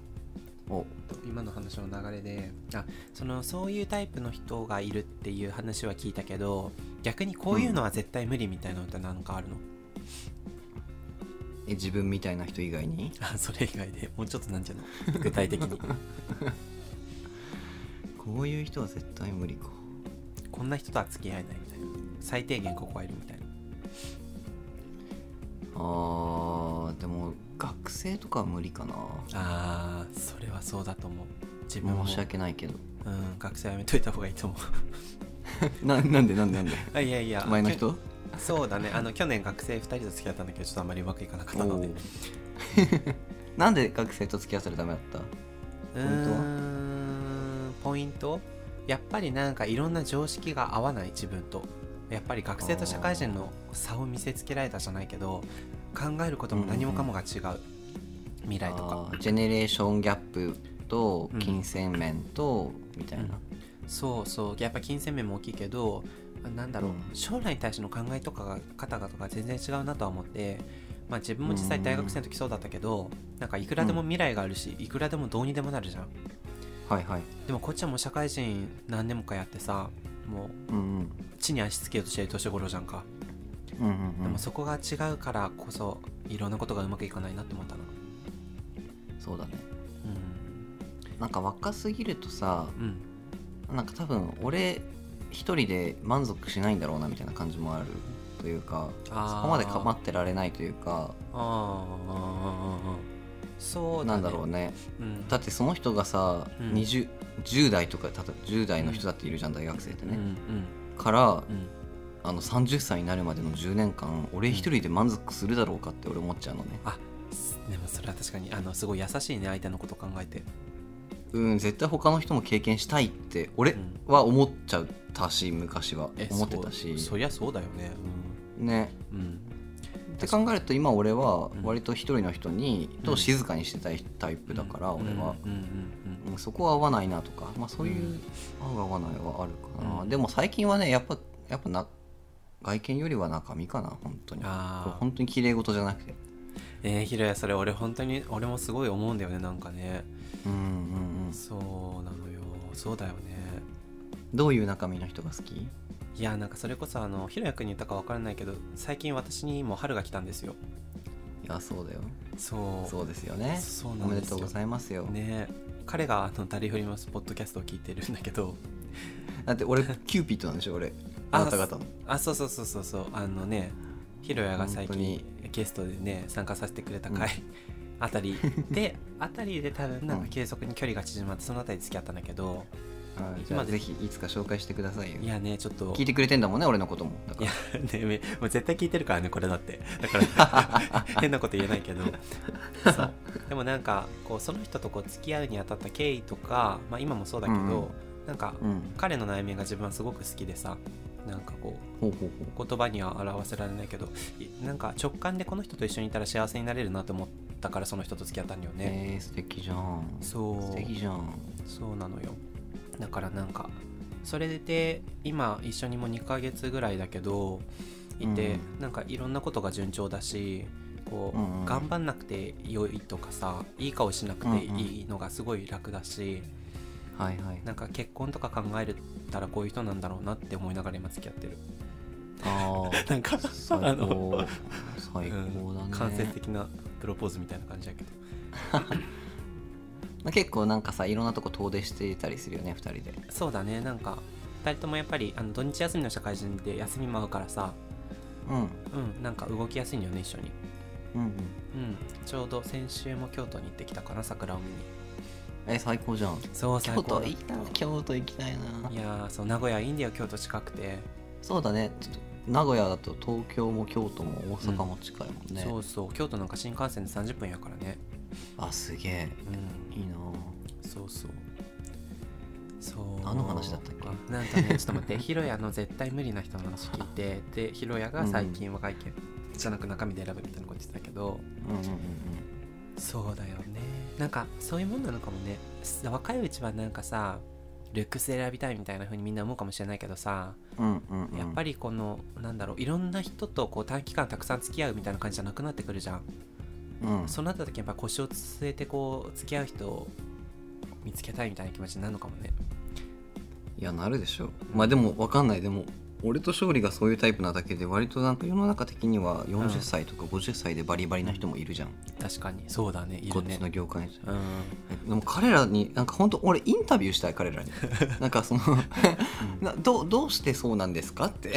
[SPEAKER 2] お
[SPEAKER 1] 今の話の流れであそのそういうタイプの人がいるっていう話は聞いたけど逆にこういうのは絶対無理みたいなのって何かあるの、
[SPEAKER 2] え自分みたいな人以外に
[SPEAKER 1] あそれ以外でもうちょっとなんちゃうの具体的に
[SPEAKER 2] こういう人は絶対無理か
[SPEAKER 1] こんな人とは付き合えないみたいな最低限ここはいるみたいな
[SPEAKER 2] あーでも学生とかは無理かな
[SPEAKER 1] あーそれはそうだと思う自分も
[SPEAKER 2] 申し訳ないけど
[SPEAKER 1] うん学生はやめといた方がいいと思う
[SPEAKER 2] ななんでなんでなんで
[SPEAKER 1] あいやいや
[SPEAKER 2] 前の人
[SPEAKER 1] きょそうだねあの去年学生2人と付き合ったんだけどちょっとあんまりうまくいかなかったの
[SPEAKER 2] お
[SPEAKER 1] で
[SPEAKER 2] ー なんで学生と付き合わせるためだった
[SPEAKER 1] うーんポイントやっぱりなんかいろんな常識が合わない自分とやっぱり学生と社会人の差を見せつけられたじゃないけど考えることも何もかもが違う、未来とか
[SPEAKER 2] あージェネレーションギャップと
[SPEAKER 1] うん
[SPEAKER 2] 金銭面と、みたいな、
[SPEAKER 1] そうそうやっぱ金銭面も大きいけどなんだろう、
[SPEAKER 2] うん
[SPEAKER 1] 将来に対しての考えとかが方々が全然違うなとは思って、まあ、自分も実際大学生の時そうだったけど、なんかいくらでも未来があるし、いくらでもどうにでもなるじゃん
[SPEAKER 2] はいはい
[SPEAKER 1] でもこっちはもう社会人何年もかやってさもう
[SPEAKER 2] うんうん
[SPEAKER 1] 地に足つけようとしてる年頃じゃんか、
[SPEAKER 2] うんうんうん
[SPEAKER 1] でもそこが違うからこそいろんなことがうまくいかないなって思ったの
[SPEAKER 2] そうだね
[SPEAKER 1] うん
[SPEAKER 2] なんか若すぎるとさ
[SPEAKER 1] うん
[SPEAKER 2] なんか多分俺一人で満足しないんだろうなみたいな感じもあるというかそ
[SPEAKER 1] あー
[SPEAKER 2] こまで構ってられないというか
[SPEAKER 1] ああそうだ、
[SPEAKER 2] な
[SPEAKER 1] ね、
[SPEAKER 2] んだろうね
[SPEAKER 1] うん、
[SPEAKER 2] だってその人がさ、
[SPEAKER 1] うん
[SPEAKER 2] 20 10代とか例えば10代の人だっているじゃん、大学生って
[SPEAKER 1] うんう
[SPEAKER 2] ね、
[SPEAKER 1] ん
[SPEAKER 2] から
[SPEAKER 1] うん
[SPEAKER 2] あの30歳になるまでの10年間俺一人で満足するだろうかって俺思っちゃうのね
[SPEAKER 1] すでもそれは確かにあのすごい優しいね相手のこと考えて
[SPEAKER 2] うん絶対他の人も経験したいって
[SPEAKER 1] う
[SPEAKER 2] 俺
[SPEAKER 1] ん
[SPEAKER 2] は思っちゃったし昔は思ってたし
[SPEAKER 1] そうそりゃそうだよね
[SPEAKER 2] ね
[SPEAKER 1] うん、
[SPEAKER 2] って考えると今俺は
[SPEAKER 1] うん
[SPEAKER 2] 割と一人の人に
[SPEAKER 1] うん
[SPEAKER 2] と静かにしてたいタイプだから
[SPEAKER 1] うん
[SPEAKER 2] 俺は、
[SPEAKER 1] うんうん
[SPEAKER 2] うんそこは合わないなとか、まあ、そういううん合う合わないはあるかな、
[SPEAKER 1] うん
[SPEAKER 2] でも最近はねやっぱやっぱな外見よりは中身かな本当にこれ
[SPEAKER 1] ああ
[SPEAKER 2] 本当に綺麗事じゃなくて
[SPEAKER 1] えー、ひろやそれ俺本当に俺もすごい思うんだよねなんかね
[SPEAKER 2] うんうんうん
[SPEAKER 1] そうなのよそうだよね
[SPEAKER 2] どういう中身の人が好き
[SPEAKER 1] いやなんかそれこそあのひろやくんに言ったか分からないけど最近私にも春が来たんですよ
[SPEAKER 2] いやそうだよ
[SPEAKER 1] そう
[SPEAKER 2] そうですよね
[SPEAKER 1] そうな
[SPEAKER 2] お
[SPEAKER 1] ん
[SPEAKER 2] め
[SPEAKER 1] で
[SPEAKER 2] です
[SPEAKER 1] よ
[SPEAKER 2] とうございますよ、
[SPEAKER 1] ね彼があの誰よりもポッドキャストを聞いてるんだけど
[SPEAKER 2] だって俺キューピッドなんでしょ俺
[SPEAKER 1] あ
[SPEAKER 2] あなた方の
[SPEAKER 1] あそうそうそうそうそうあのねひろやが最近
[SPEAKER 2] 本
[SPEAKER 1] ゲストでね参加させてくれた回、 あたりであたりで多分なんか継続に距離が縮まってそのあたり付き合ったんだけど
[SPEAKER 2] あじゃ
[SPEAKER 1] 今
[SPEAKER 2] あ
[SPEAKER 1] で
[SPEAKER 2] ぜひいつか紹介してくださいよ
[SPEAKER 1] いやねちょっと
[SPEAKER 2] 聞いてくれてんだもんね俺のこともだか
[SPEAKER 1] い
[SPEAKER 2] ら
[SPEAKER 1] や ねめもう絶対聞いてるからねこれだってだから 変なこと言えないけどそうでもなんかこうその人とこう付き合うにあたった経緯とか、まあ、今もそうだけど、なんか
[SPEAKER 2] うん
[SPEAKER 1] 彼の内面が自分はすごく好きでさなんかこう
[SPEAKER 2] ほうほう
[SPEAKER 1] 言葉には表せられないけどいなんか直感でこの人と一緒にいたら幸せになれるなと思ったからその人と付き合ったんだよ
[SPEAKER 2] ほう、
[SPEAKER 1] ね、
[SPEAKER 2] えー、素敵じゃん
[SPEAKER 1] そう
[SPEAKER 2] 素敵じゃん
[SPEAKER 1] そうなのよだからなんかそれで今一緒にもう2ヶ月ぐらいだけどいて、なんかいろんなことが順調だしこう、
[SPEAKER 2] うんうん
[SPEAKER 1] 頑張んなくて良いとかさいい顔しなくていいのがすごい楽だし、
[SPEAKER 2] はいはい
[SPEAKER 1] なんか結婚とか考えたらこういう人なんだろうなって思いながら今付き合ってる
[SPEAKER 2] あ あ
[SPEAKER 1] なんか
[SPEAKER 2] 最
[SPEAKER 1] あ
[SPEAKER 2] 高
[SPEAKER 1] の
[SPEAKER 2] 最高だね、
[SPEAKER 1] 間接的なプロポーズみたいな感じだけど
[SPEAKER 2] まあ結構なんかさいろんなとこ遠出してたりするよね2人で
[SPEAKER 1] そうだねなんか2人ともやっぱりあの土日休みの社会人で休みも合うからさ
[SPEAKER 2] うん
[SPEAKER 1] うんなんか動きやすいんだよね一緒に
[SPEAKER 2] うんうん
[SPEAKER 1] うんちょうど先週も京都に行ってきたかな桜を見に
[SPEAKER 2] え最高じゃん
[SPEAKER 1] そう最
[SPEAKER 2] 京
[SPEAKER 1] 高
[SPEAKER 2] 都
[SPEAKER 1] だ
[SPEAKER 2] 行きたい京都行きたいない
[SPEAKER 1] やーそう名古屋いいんだよ京都近くて、
[SPEAKER 2] そうだねちょっと名古屋だと東京も京都も大阪も近いもんね、
[SPEAKER 1] そうそう京都なんか新幹線で30分やからね
[SPEAKER 2] あすげえ
[SPEAKER 1] うん
[SPEAKER 2] いいな
[SPEAKER 1] そうそうそう
[SPEAKER 2] 何の話だったっけ
[SPEAKER 1] なんかねちょっと待ってヒロヤの絶対無理な人の話聞い てでヒロヤが最近若いけ、じゃなく中身で選ぶみたいなこと言ってたけど
[SPEAKER 2] うんうんうんうん
[SPEAKER 1] そうだよねなんかそういうもんなのかもねす若いうちはなんかさルックスで選びたいみたいな風にみんな思うかもしれないけどさ、
[SPEAKER 2] うんうんうん
[SPEAKER 1] やっぱ
[SPEAKER 2] り
[SPEAKER 1] りこのなんだろういろんな人とこう短期間たくさん付き合うみたいな感じじゃなくなってくるじゃん、
[SPEAKER 2] うん
[SPEAKER 1] そうなった時やっぱ腰を据えてこう付き合う人を見つけたいみたいな気持ちになるのかもね
[SPEAKER 2] いやなるでしょまあでもわかんないでも俺と勝利がそういうタイプなだけで割となんか世の中的には40歳とか50歳でバリバリな人もいるじゃん、
[SPEAKER 1] 確かにそうだねい
[SPEAKER 2] こ
[SPEAKER 1] る
[SPEAKER 2] っ
[SPEAKER 1] ね
[SPEAKER 2] ちの業界の人
[SPEAKER 1] うん
[SPEAKER 2] でも彼らになんか本当俺インタビューしたい彼 らになんかその などうどうしてそうなんですかって
[SPEAKER 1] ん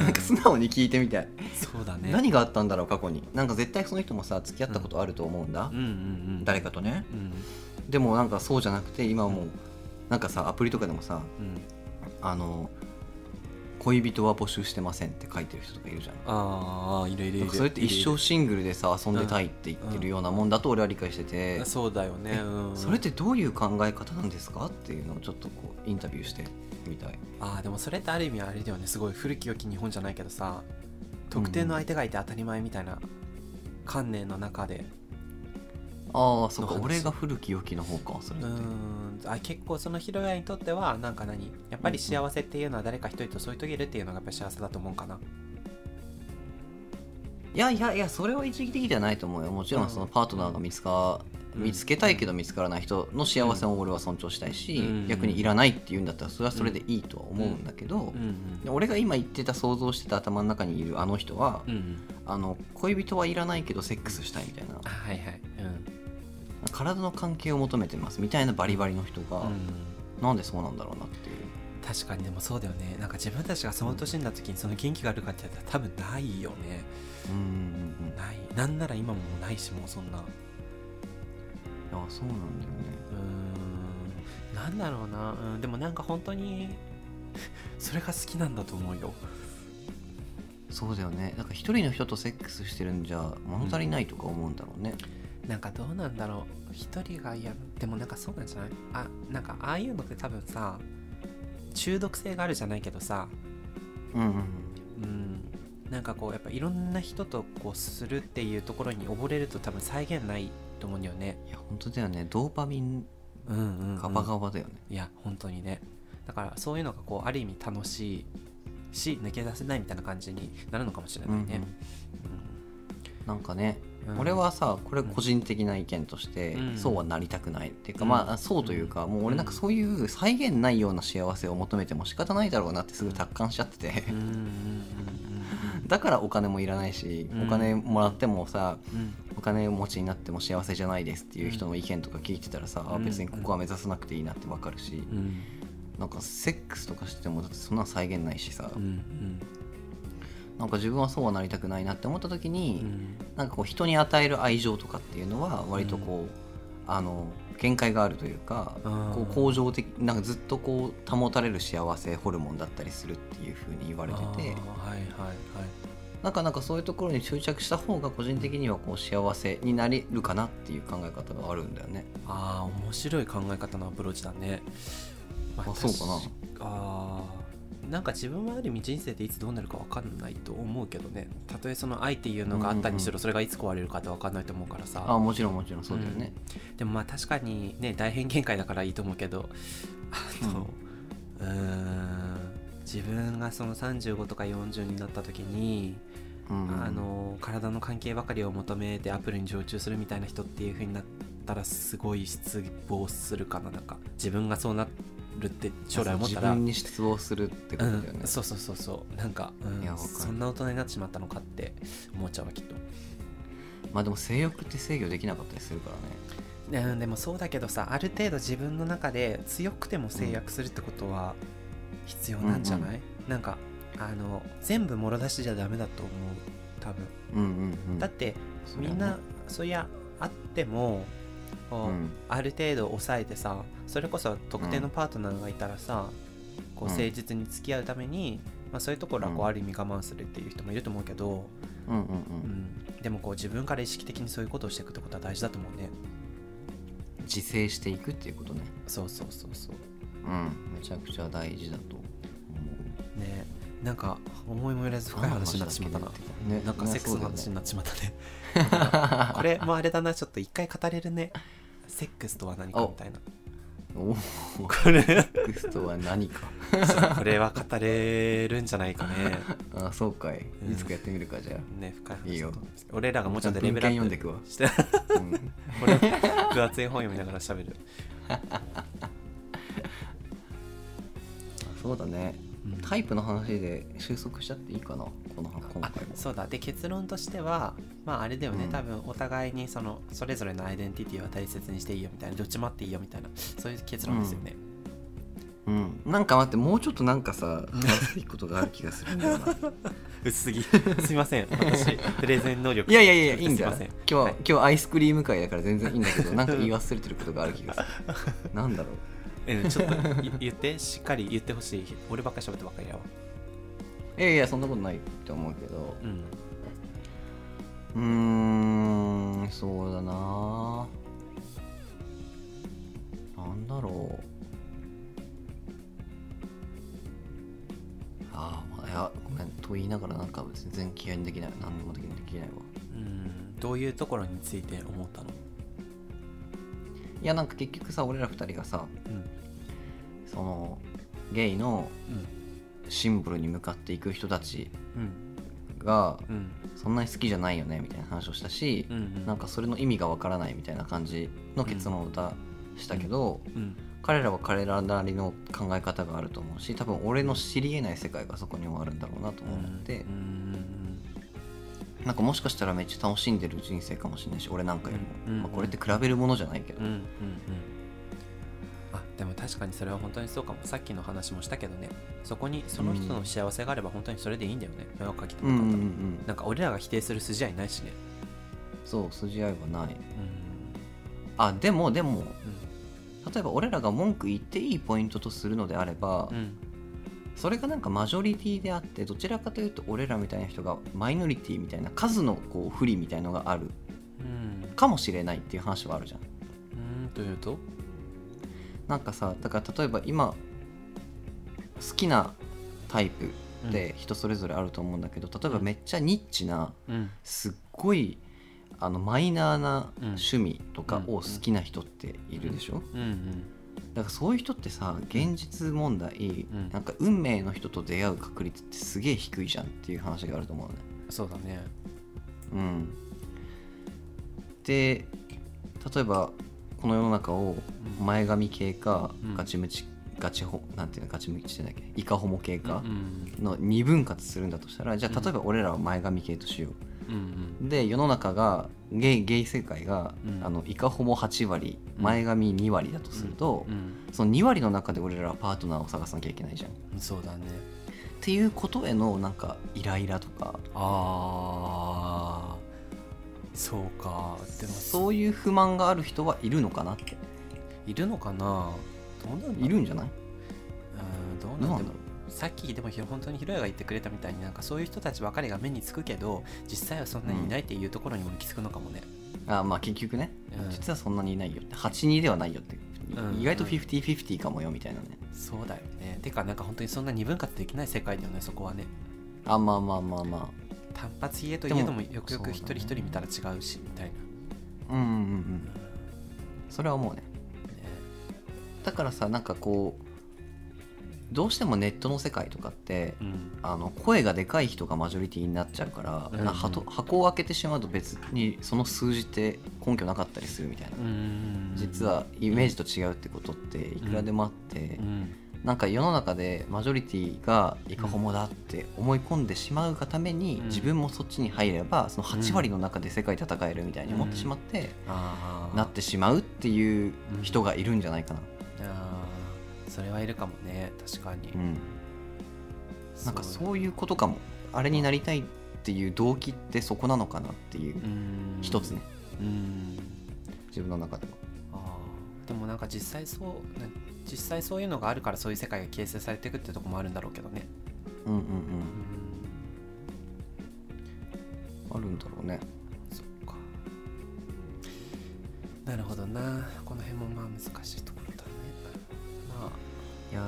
[SPEAKER 2] なんか素直に聞いてみたい、
[SPEAKER 1] そうだね
[SPEAKER 2] 何があったんだろう過去になんか絶対その人もさ付き合ったことあると思うんだ
[SPEAKER 1] うん、うんうん
[SPEAKER 2] 誰かとね
[SPEAKER 1] うん
[SPEAKER 2] でもなんかそうじゃなくて今はもうなんかさアプリとかでもさ
[SPEAKER 1] うん
[SPEAKER 2] あの恋人は募集してませんって書いてる人とかいるじゃん
[SPEAKER 1] ああいるいるい
[SPEAKER 2] なん
[SPEAKER 1] る
[SPEAKER 2] かそれって一生シングルでさ遊んでたいって言ってるようなもんだと俺は理解して
[SPEAKER 1] いるい
[SPEAKER 2] て
[SPEAKER 1] るそうだよねうん
[SPEAKER 2] それってどういう考え方なんですかっていうのをちょっとこうインタビューしてみたい
[SPEAKER 1] あーでもそれってある意味あれだよねすごい古き良き日本じゃないけどさ特定の相手がいて当たり前みたいな観念の中で
[SPEAKER 2] ああそっか
[SPEAKER 1] の話
[SPEAKER 2] 俺が古き良きの方かそれっ
[SPEAKER 1] う
[SPEAKER 2] て
[SPEAKER 1] ーんあ結構そのヒロヤにとってはなんか何やっぱり幸せっていうのは誰か一人と添い遂げるっていうのがやっぱり幸せだと思うかな、
[SPEAKER 2] いやいやいやそれは一義的ではないと思うよもちろ
[SPEAKER 1] うん
[SPEAKER 2] んそのパートナーが見つか、
[SPEAKER 1] うん
[SPEAKER 2] 見つけたいけど見つからない人の幸せを俺は尊重したいし、
[SPEAKER 1] うん
[SPEAKER 2] 逆にいらないって言うんだったらそれはそれでいいとは思うんだけど、
[SPEAKER 1] うん
[SPEAKER 2] で俺が今言ってた想像してた頭の中にいるあの人は、
[SPEAKER 1] うんうん
[SPEAKER 2] あの恋人はいらないけどセックスしたいみたいな
[SPEAKER 1] あはいはいうん
[SPEAKER 2] 体の関係を求めてますみたいなバリバリの人が、
[SPEAKER 1] うん
[SPEAKER 2] なんでそうなんだろうなっていう
[SPEAKER 1] 確かにでもそうだよねなんか自分たちがその年になった時にその元気があるかって言ったら多分ないよね
[SPEAKER 2] うんうんうんい
[SPEAKER 1] ないなんなら今ももうないしもうそんなう
[SPEAKER 2] やそうなんだよね
[SPEAKER 1] ーんなんだろうな、うん、でもなんか本当に それが好きなんだと思うよ
[SPEAKER 2] そうだよねなんか一人の人とセックスしてるんじゃ物足りないとか思うんだろうね、
[SPEAKER 1] なんかどうなんだろう一人がやるでもなんかそうなんじゃないあなんかああいうのって多分さ中毒性があるじゃないけどさ
[SPEAKER 2] うんうんうん
[SPEAKER 1] うんなんかこうやっぱいろんな人とこうするっていうところに溺れると多分再現ないと思うんだよね
[SPEAKER 2] いや本当だよねドーパミン
[SPEAKER 1] うんうん、うん、
[SPEAKER 2] ガバガバだよね、
[SPEAKER 1] いや本当にねだからそういうのがこうある意味楽しいし抜け出せないみたいな感じになるのかもしれ
[SPEAKER 2] うん
[SPEAKER 1] な
[SPEAKER 2] う
[SPEAKER 1] い
[SPEAKER 2] ん
[SPEAKER 1] ね、
[SPEAKER 2] なんかね、
[SPEAKER 1] うん
[SPEAKER 2] 俺はさこれ個人的な意見として、
[SPEAKER 1] うん
[SPEAKER 2] そうはなりたくないっていうか、
[SPEAKER 1] うん
[SPEAKER 2] まあそうというか、もう俺なんかそういう再現ないような幸せを求めても仕方ないだろうなってすぐ達観しちゃってて、
[SPEAKER 1] うんうんうん
[SPEAKER 2] だからお金もいらないし、
[SPEAKER 1] うん
[SPEAKER 2] お金もらってもさ
[SPEAKER 1] うんうん
[SPEAKER 2] お金持ちになっても幸せじゃないですっていう人の意見とか聞いてたらさ、
[SPEAKER 1] うん
[SPEAKER 2] 別にここは目指さなくていいなってわかるし、
[SPEAKER 1] うんうん
[SPEAKER 2] なんかセックスとかしててもだってそんなの再現ないしさ、
[SPEAKER 1] うん
[SPEAKER 2] なんか自分はそうはなりたくないなって思った時
[SPEAKER 1] う
[SPEAKER 2] に、
[SPEAKER 1] ん
[SPEAKER 2] なんかこう人に与える愛情とかっていうのは割とこう、あの限界があるというか、
[SPEAKER 1] うん
[SPEAKER 2] こう向上的なんかずっとこう保たれる幸せホルモンだったりするっていう風に言われてて
[SPEAKER 1] あーはいはいはい
[SPEAKER 2] なんかなんかそういうところに執着した方が個人的にはこう幸せになれるかなっていう考え方があるんだよね。
[SPEAKER 1] ああ面白い考え方のアプローチだね、ま
[SPEAKER 2] あそうかな
[SPEAKER 1] 確あーなんか自分はある意味人生でいつどうなるか分かんないと思うけどねたとえその愛っていうのがあったにし
[SPEAKER 2] うんうんう
[SPEAKER 1] ろそれがいつ壊れるかって分かんないと思うからさ、
[SPEAKER 2] あもちろんもちろんそうだよね。
[SPEAKER 1] でもまあ確かにね大変見解だからいいと思うけどあのうーん自分がその35とか40になった時に、
[SPEAKER 2] うん
[SPEAKER 1] あの体の関係ばかりを求めてアプリに常駐するみたいな人っていう風になったらすごい失望するかななんか自分がそうなるって将来思ったら
[SPEAKER 2] 自分に失望するってことだよね。
[SPEAKER 1] うん、そうそうそうそうなんか,、うん、
[SPEAKER 2] いやわかる
[SPEAKER 1] そんな大人になってしまったのかって思っちゃうわきっと。
[SPEAKER 2] まあでも性欲って制御できなかったりするからね。
[SPEAKER 1] うん、でもそうだけどさある程度自分の中で強くても制約するってことは必要なんじゃない、なんかあの全部もろ出しじゃダメだと思う多分
[SPEAKER 2] うんうんうん。
[SPEAKER 1] だって
[SPEAKER 2] そうだ
[SPEAKER 1] み
[SPEAKER 2] よ
[SPEAKER 1] ん
[SPEAKER 2] ね
[SPEAKER 1] な、そりゃあってもこう、
[SPEAKER 2] うん
[SPEAKER 1] ある程度抑えてさそれこそ特定のパートナーがいたらさ、こう
[SPEAKER 2] うん
[SPEAKER 1] 誠実に付き合うために、まあ、そういうところはこう
[SPEAKER 2] うん
[SPEAKER 1] ある意味我慢するっていう人もいると思うけど、
[SPEAKER 2] うんうん
[SPEAKER 1] う
[SPEAKER 2] うん。
[SPEAKER 1] ん、でもこう自分から意識的にそういうことをしていくってことは大事だと思うね
[SPEAKER 2] 自制していくっていうことね
[SPEAKER 1] そうそうそうそう
[SPEAKER 2] うんめちゃくちゃ大事だと思う
[SPEAKER 1] ねなんか思いもよらず深い話になってしまったな、
[SPEAKER 2] ね
[SPEAKER 1] なんかセックスの話になってしまった ねこれもうあれだなちょっと一回語れるねセックスとは何かみたいな
[SPEAKER 2] おお
[SPEAKER 1] これ
[SPEAKER 2] セックスとは何か
[SPEAKER 1] これは語れるんじゃないか ね
[SPEAKER 2] あそうかい
[SPEAKER 1] うん
[SPEAKER 2] いつかやってみるかじゃ
[SPEAKER 1] ね深い話だと思
[SPEAKER 2] いいよ
[SPEAKER 1] 俺ら
[SPEAKER 2] あ
[SPEAKER 1] がもうちょっとレベルア
[SPEAKER 2] 文献読んで
[SPEAKER 1] ッ
[SPEAKER 2] くわ
[SPEAKER 1] プして
[SPEAKER 2] うん
[SPEAKER 1] これ 分厚い本読みながら喋る、
[SPEAKER 2] あそうだね
[SPEAKER 1] うん
[SPEAKER 2] タイプの話で収束しちゃっていいかなこの今
[SPEAKER 1] あ
[SPEAKER 2] 回も
[SPEAKER 1] そうだで結論としてはまああれだよね、
[SPEAKER 2] うん
[SPEAKER 1] 多分お互いにそのそれぞれのアイデンティティは大切にしていいよみたいなどっちもあっていいよみたいなそういう結論ですよね、
[SPEAKER 2] うんなんか待ってもうちょっとなんかさ話すべきことがある気がするんだ よな
[SPEAKER 1] 薄すぎ すいません私プレゼン能力
[SPEAKER 2] いやいやいやいいんだよ
[SPEAKER 1] すいません
[SPEAKER 2] 今日は
[SPEAKER 1] はい
[SPEAKER 2] 今日アイスクリーム会だから全然いいんだけどなんか言い忘れてることがある気がす るなんだろう
[SPEAKER 1] うんちょっとい言ってしっかり言ってほしい俺ばっかり喋ってばっかりやわ
[SPEAKER 2] いやいやそんなことないと思うけど
[SPEAKER 1] うん
[SPEAKER 2] うーんそうだななんだろうああまあいやごめんと言いながらなんか全然気合いにできない何にもできないできないわ
[SPEAKER 1] うんどういうところについて思ったの
[SPEAKER 2] いやなんか結局さ俺ら二人がさ
[SPEAKER 1] うん
[SPEAKER 2] そのゲイのシンボルに向かっていく人たち
[SPEAKER 1] うん
[SPEAKER 2] が
[SPEAKER 1] うん
[SPEAKER 2] そんなに好きじゃないよねみたいな話をしたし
[SPEAKER 1] う、ん
[SPEAKER 2] なんかそれの意味がわからないみたいな感じの結論を出したけど、
[SPEAKER 1] うん
[SPEAKER 2] 彼らは彼らなりの考え方があると思うし多分俺の知りえない世界がそこにもあるんだろうなと
[SPEAKER 1] うん
[SPEAKER 2] 思って、
[SPEAKER 1] うん
[SPEAKER 2] なんかもしかしたらめっちゃ楽しんでる人生かもしれないし俺なんかより
[SPEAKER 1] う
[SPEAKER 2] も、
[SPEAKER 1] ん
[SPEAKER 2] まあ、これって比べるものじゃないけど、
[SPEAKER 1] うんうんうんあでも確かにそれは本当にそうかもさっきの話もしたけどねそこにその人の幸せがあれば本当にそれでいいんだよね迷惑かけて
[SPEAKER 2] うんうんう
[SPEAKER 1] なかったら、
[SPEAKER 2] ん
[SPEAKER 1] なんか俺らが否定する筋合いないしね
[SPEAKER 2] そう筋合いはない
[SPEAKER 1] うん
[SPEAKER 2] あでもでも例えば俺らが文句言っていいポイントとするのであれば、
[SPEAKER 1] うんうん
[SPEAKER 2] それがなんかマジョリティであってどちらかというと俺らみたいな人がマイノリティみたいな数のこう不利みたいのがある
[SPEAKER 1] うん
[SPEAKER 2] かもしれないっていう話はあるじゃん。
[SPEAKER 1] うんというと
[SPEAKER 2] なんかさだから例えば今好きなタイプって人それぞれあると思うんだけど、例えばめっちゃニッチな
[SPEAKER 1] うん
[SPEAKER 2] すっごいあのマイナーな
[SPEAKER 1] うん
[SPEAKER 2] 趣味とかを好きな人っているでしょ、
[SPEAKER 1] うんうん
[SPEAKER 2] だからそういう人ってさ現実問題、
[SPEAKER 1] うん
[SPEAKER 2] なんか運命の人と出会う確率ってすげえ低いじゃんっていう話があると思うのね。
[SPEAKER 1] そうだね
[SPEAKER 2] うん、で例えばこの世の中を
[SPEAKER 1] うん
[SPEAKER 2] 前髪系か、
[SPEAKER 1] うん
[SPEAKER 2] ガチムチガチホなんていうのガチムチじゃないっけイカホモ系か
[SPEAKER 1] うん
[SPEAKER 2] の2分割するんだとしたらじゃ
[SPEAKER 1] う
[SPEAKER 2] あ
[SPEAKER 1] ん
[SPEAKER 2] 例えば俺らは前髪系としよ
[SPEAKER 1] うんうん
[SPEAKER 2] うで世の中がゲイゲイ世界が、
[SPEAKER 1] うん
[SPEAKER 2] あのイカホモ8割
[SPEAKER 1] うん
[SPEAKER 2] 前髪2割だとすると、
[SPEAKER 1] うん
[SPEAKER 2] その2割の中で俺らはパートナーを探さなきゃいけないじゃん。っ
[SPEAKER 1] うんそうだね
[SPEAKER 2] ていうことへのなんかイライラとか
[SPEAKER 1] ああそうかでも
[SPEAKER 2] そういう不満がある人はいるのかなって
[SPEAKER 1] いるのかなどうなんだろう
[SPEAKER 2] いるんじゃない
[SPEAKER 1] うんどう
[SPEAKER 2] どう
[SPEAKER 1] な
[SPEAKER 2] なんん
[SPEAKER 1] だ
[SPEAKER 2] だ
[SPEAKER 1] ろ
[SPEAKER 2] ろ
[SPEAKER 1] うさっきでもひろ本当にひろやが言ってくれたみたいになんかそういう人たちばかりが目につくけど実際はそんなにいないっていうところにも行き着くのかもね、
[SPEAKER 2] あまあ結局ね、
[SPEAKER 1] うん
[SPEAKER 2] 実はそんなにいないよって82ではないよって、
[SPEAKER 1] うん
[SPEAKER 2] 意外と
[SPEAKER 1] うん
[SPEAKER 2] 50-50かもよみたいなね
[SPEAKER 1] そうだよねてかなんか本当にそんな二分割できない世界だよねそこはね
[SPEAKER 2] あまあまあまあま
[SPEAKER 1] 単発家といえども
[SPEAKER 2] でも
[SPEAKER 1] よくよく一人
[SPEAKER 2] そうだね
[SPEAKER 1] 一人見たら違うしみたいな、
[SPEAKER 2] あうんうんうんうんそれはもうねだからさなんかこうどうしてもネットの世界とかって
[SPEAKER 1] ねうん
[SPEAKER 2] あの声がでかい人がマジョリティになっちゃうから、
[SPEAKER 1] うん
[SPEAKER 2] な箱箱を開けてしまうと別にその数字って根拠なかったりするみたいな、
[SPEAKER 1] うん
[SPEAKER 2] 実はイメージと違うってことっていくらでもあって、
[SPEAKER 1] うん
[SPEAKER 2] なんか世の中でマジョリティがイカホモだって思い込んでしまうがために、
[SPEAKER 1] うん
[SPEAKER 2] 自分もそっちに入ればその8割の中で世界戦えるみたいに思ってしまって、
[SPEAKER 1] あー
[SPEAKER 2] なってしまうっていう人がいるんじゃないかな、
[SPEAKER 1] あーそれはいるかもね確かに、
[SPEAKER 2] うんなんか
[SPEAKER 1] う
[SPEAKER 2] そういうことかもあれになりたいっていう動機ってそこなのかなっていう
[SPEAKER 1] うん
[SPEAKER 2] 一つね
[SPEAKER 1] うん
[SPEAKER 2] 自分の中では。
[SPEAKER 1] あーでもなんか実際そうね実際そういうのがあるからそういう世界が形成されていくってとこもあるんだろうけどね
[SPEAKER 2] うんうん
[SPEAKER 1] う
[SPEAKER 2] うん
[SPEAKER 1] ん
[SPEAKER 2] あるんだろうね。
[SPEAKER 1] そっかなるほどなこの辺もまあ難しいところだねまあ
[SPEAKER 2] いや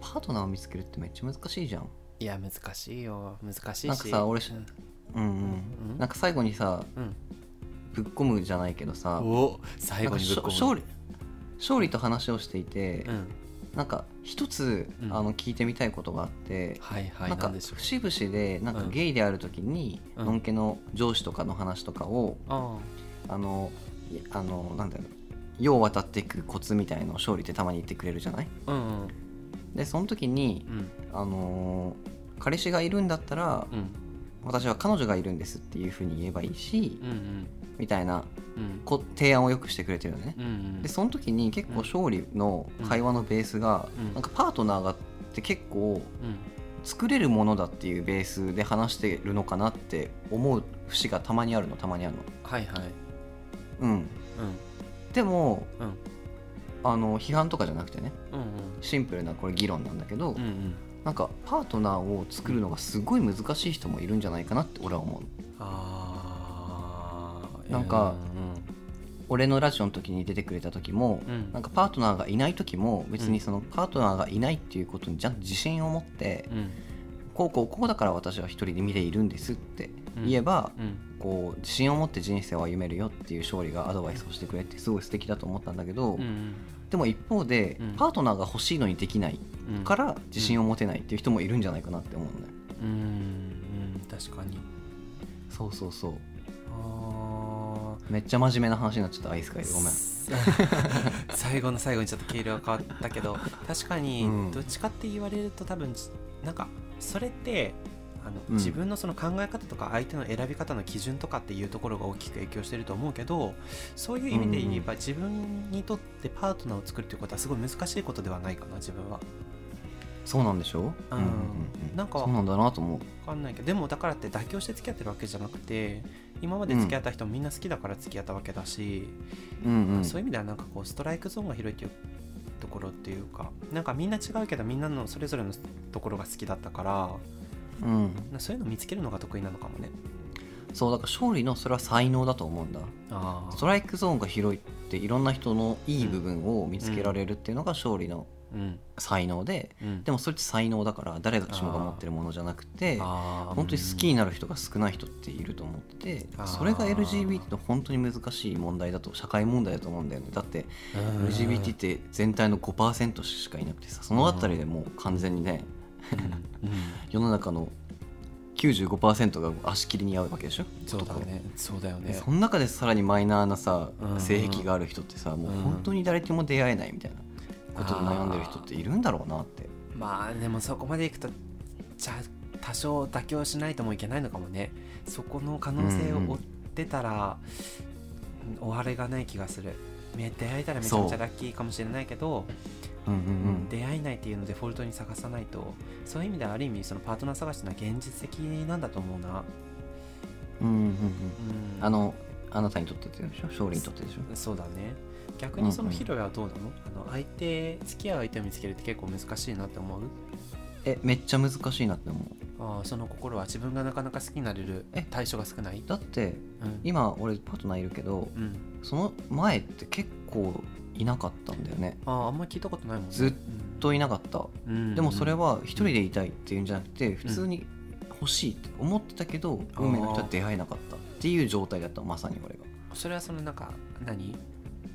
[SPEAKER 2] ーパートナーを見つけるってめっちゃ難しいじゃん。
[SPEAKER 1] いや難しいよ難しいし
[SPEAKER 2] なんかさ俺
[SPEAKER 1] うん
[SPEAKER 2] う
[SPEAKER 1] う
[SPEAKER 2] ん
[SPEAKER 1] んう
[SPEAKER 2] うんん、なんか最後にさ
[SPEAKER 1] うん
[SPEAKER 2] ぶっ込むじゃないけどさ
[SPEAKER 1] お最後にぶっ
[SPEAKER 2] なんかし
[SPEAKER 1] 込む
[SPEAKER 2] ょ勝利勝利と話をしていて、
[SPEAKER 1] うん
[SPEAKER 2] なんか一つ、
[SPEAKER 1] うん
[SPEAKER 2] あの聞いてみたいことがあって、
[SPEAKER 1] はいはい
[SPEAKER 2] なん
[SPEAKER 1] な
[SPEAKER 2] か
[SPEAKER 1] んでしょう
[SPEAKER 2] 節々でなんか
[SPEAKER 1] うん
[SPEAKER 2] ゲイである時に、
[SPEAKER 1] うん
[SPEAKER 2] のんけの上司とかの話とかを、
[SPEAKER 1] あ
[SPEAKER 2] あのいあのなんだろう世を渡っていくコツみたいのを勝利ってたまに言ってくれるじゃない
[SPEAKER 1] あうんうん
[SPEAKER 2] でその時に、
[SPEAKER 1] うん
[SPEAKER 2] あのー彼氏がいるんだったら、
[SPEAKER 1] うん
[SPEAKER 2] 私は彼女がいるんですっていうふうに言えばいいし、
[SPEAKER 1] うんうん
[SPEAKER 2] みたいな
[SPEAKER 1] うん
[SPEAKER 2] こ提案をよくしてくれてるのね。
[SPEAKER 1] うんうん
[SPEAKER 2] でその時に結構勝利の会話のベースが、
[SPEAKER 1] うん
[SPEAKER 2] なんかパートナーがって結構
[SPEAKER 1] うん
[SPEAKER 2] 作れるものだっていうベースで話してるのかなって思う節がたまにあるのたまにあるの。
[SPEAKER 1] はいはい
[SPEAKER 2] うん、
[SPEAKER 1] う
[SPEAKER 2] でも、
[SPEAKER 1] うん
[SPEAKER 2] あの批判とかじゃなくてね
[SPEAKER 1] んうん
[SPEAKER 2] シンプルなこれ議論なんだけど、
[SPEAKER 1] うんうんうん
[SPEAKER 2] なんかパートナーを作るのがすごい難しい人もいるんじゃないかなって俺は思う。
[SPEAKER 1] あー
[SPEAKER 2] なんか
[SPEAKER 1] う
[SPEAKER 2] 俺のラジオの時に出てくれた時も、
[SPEAKER 1] んうん
[SPEAKER 2] なんかパートナーがいない時も別にそのパートナーがいないっていうことにちゃんと自信を持って、
[SPEAKER 1] うん
[SPEAKER 2] こうこうこうだから私は一人で見ているんですって言えば、
[SPEAKER 1] うん
[SPEAKER 2] こう自信を持って人生を歩めるよっていう勝利がアドバイスをしてくれてすごい素敵だと思ったんだけど、
[SPEAKER 1] うん
[SPEAKER 2] でも一方で、
[SPEAKER 1] うん
[SPEAKER 2] パートナーが欲しいのにできない
[SPEAKER 1] うん
[SPEAKER 2] から自信を持てないっていう人もいるんじゃないかなって思うのね、
[SPEAKER 1] うんうん確かに
[SPEAKER 2] そうそうそう
[SPEAKER 1] あー
[SPEAKER 2] めっちゃ真面目な話になっちゃったアイス会でご めん
[SPEAKER 1] 最後の最後にちょっと毛色が変わったけど確かに
[SPEAKER 2] うん
[SPEAKER 1] どっちかって言われると多分じなんかそれってあの、
[SPEAKER 2] うん
[SPEAKER 1] 自分のその考え方とか相手の選び方の基準とかっていうところが大きく影響してると思うけどそういう意味で言えば、自分にとってパートナーを作るっていうことはすごい難しいことではないかな自分は。
[SPEAKER 2] そうなんでしょ
[SPEAKER 1] うんなんか
[SPEAKER 2] そうなんだなと思う
[SPEAKER 1] 分かんないけどでもだからって妥協して付き合ってるわけじゃなくて今まで付き合った人もみんな好きだから付き合ったわけだし、
[SPEAKER 2] うんうん
[SPEAKER 1] そういう意味ではなんかこうストライクゾーンが広いっていうところっていうかなんかみんな違うけどみんなのそれぞれのところが好きだったから
[SPEAKER 2] うん
[SPEAKER 1] なそういうの見つけるのが得意なのかもね
[SPEAKER 2] そうだから勝利のそれは才能だと思うんだ
[SPEAKER 1] あ
[SPEAKER 2] ストライクゾーンが広いっていろんな人のいい部分を見つけられるっていうのが勝利の
[SPEAKER 1] うん
[SPEAKER 2] 才能で
[SPEAKER 1] うん
[SPEAKER 2] でもそれって才能だから誰がしもが持ってるものじゃなくて
[SPEAKER 1] あー
[SPEAKER 2] 本当に好きになる人が少ない人っていると思ってて
[SPEAKER 1] あー
[SPEAKER 2] それが LGBT の本当に難しい問題だと社会問題だと思うんだよねだって
[SPEAKER 1] うん
[SPEAKER 2] LGBT って全体の5%しかいなくてさそのあたりでもう完全にね
[SPEAKER 1] うん
[SPEAKER 2] 世の中の95%が足切りに合うわけでしょ
[SPEAKER 1] そうだねそうだよ
[SPEAKER 2] で
[SPEAKER 1] ね
[SPEAKER 2] その中でさらにマイナーなさ
[SPEAKER 1] うん
[SPEAKER 2] 性癖がある人ってさもう本当に誰とも出会えないみたいなことで悩んでる人っているんだろうなって
[SPEAKER 1] まあでもそこまでいくとじゃあ多少妥協しないともいけないのかもねそこの可能性を追ってたら、うん終わりがない気がするめ出会えたらめちゃめちゃラッキーかもしれないけど
[SPEAKER 2] うんうんうん
[SPEAKER 1] 出会えないっていうのをデフォルトに探さないとそういう意味ではある意味そのパートナー探しっていうのは現実的なんだと思うな、
[SPEAKER 2] うんうんうん
[SPEAKER 1] うん、
[SPEAKER 2] あのあなたにとってってでしょ勝利にとってでしょ
[SPEAKER 1] そうだね逆にその
[SPEAKER 2] うんうん
[SPEAKER 1] ヒロヤはどうなの,、あの相手付き合う相手を見つけるって結構難しいなって思う
[SPEAKER 2] えめっちゃ難しいなって思う
[SPEAKER 1] あーその心は自分がなかなか好きになれる
[SPEAKER 2] え
[SPEAKER 1] 対象が少ない
[SPEAKER 2] だって
[SPEAKER 1] うん
[SPEAKER 2] 今俺パートナーいるけど
[SPEAKER 1] うん
[SPEAKER 2] その前って結構いなかったんだよね
[SPEAKER 1] あーあんまり聞いたことないもんね
[SPEAKER 2] ずっずっといなかったでもそれ、は一人でいたいっていうんじゃなくて普通に欲しいって思ってたけど
[SPEAKER 1] あー
[SPEAKER 2] 運命の人は出会えなかったっていう状態だったまさに俺
[SPEAKER 1] う
[SPEAKER 2] が
[SPEAKER 1] んうんそれはそのなんか何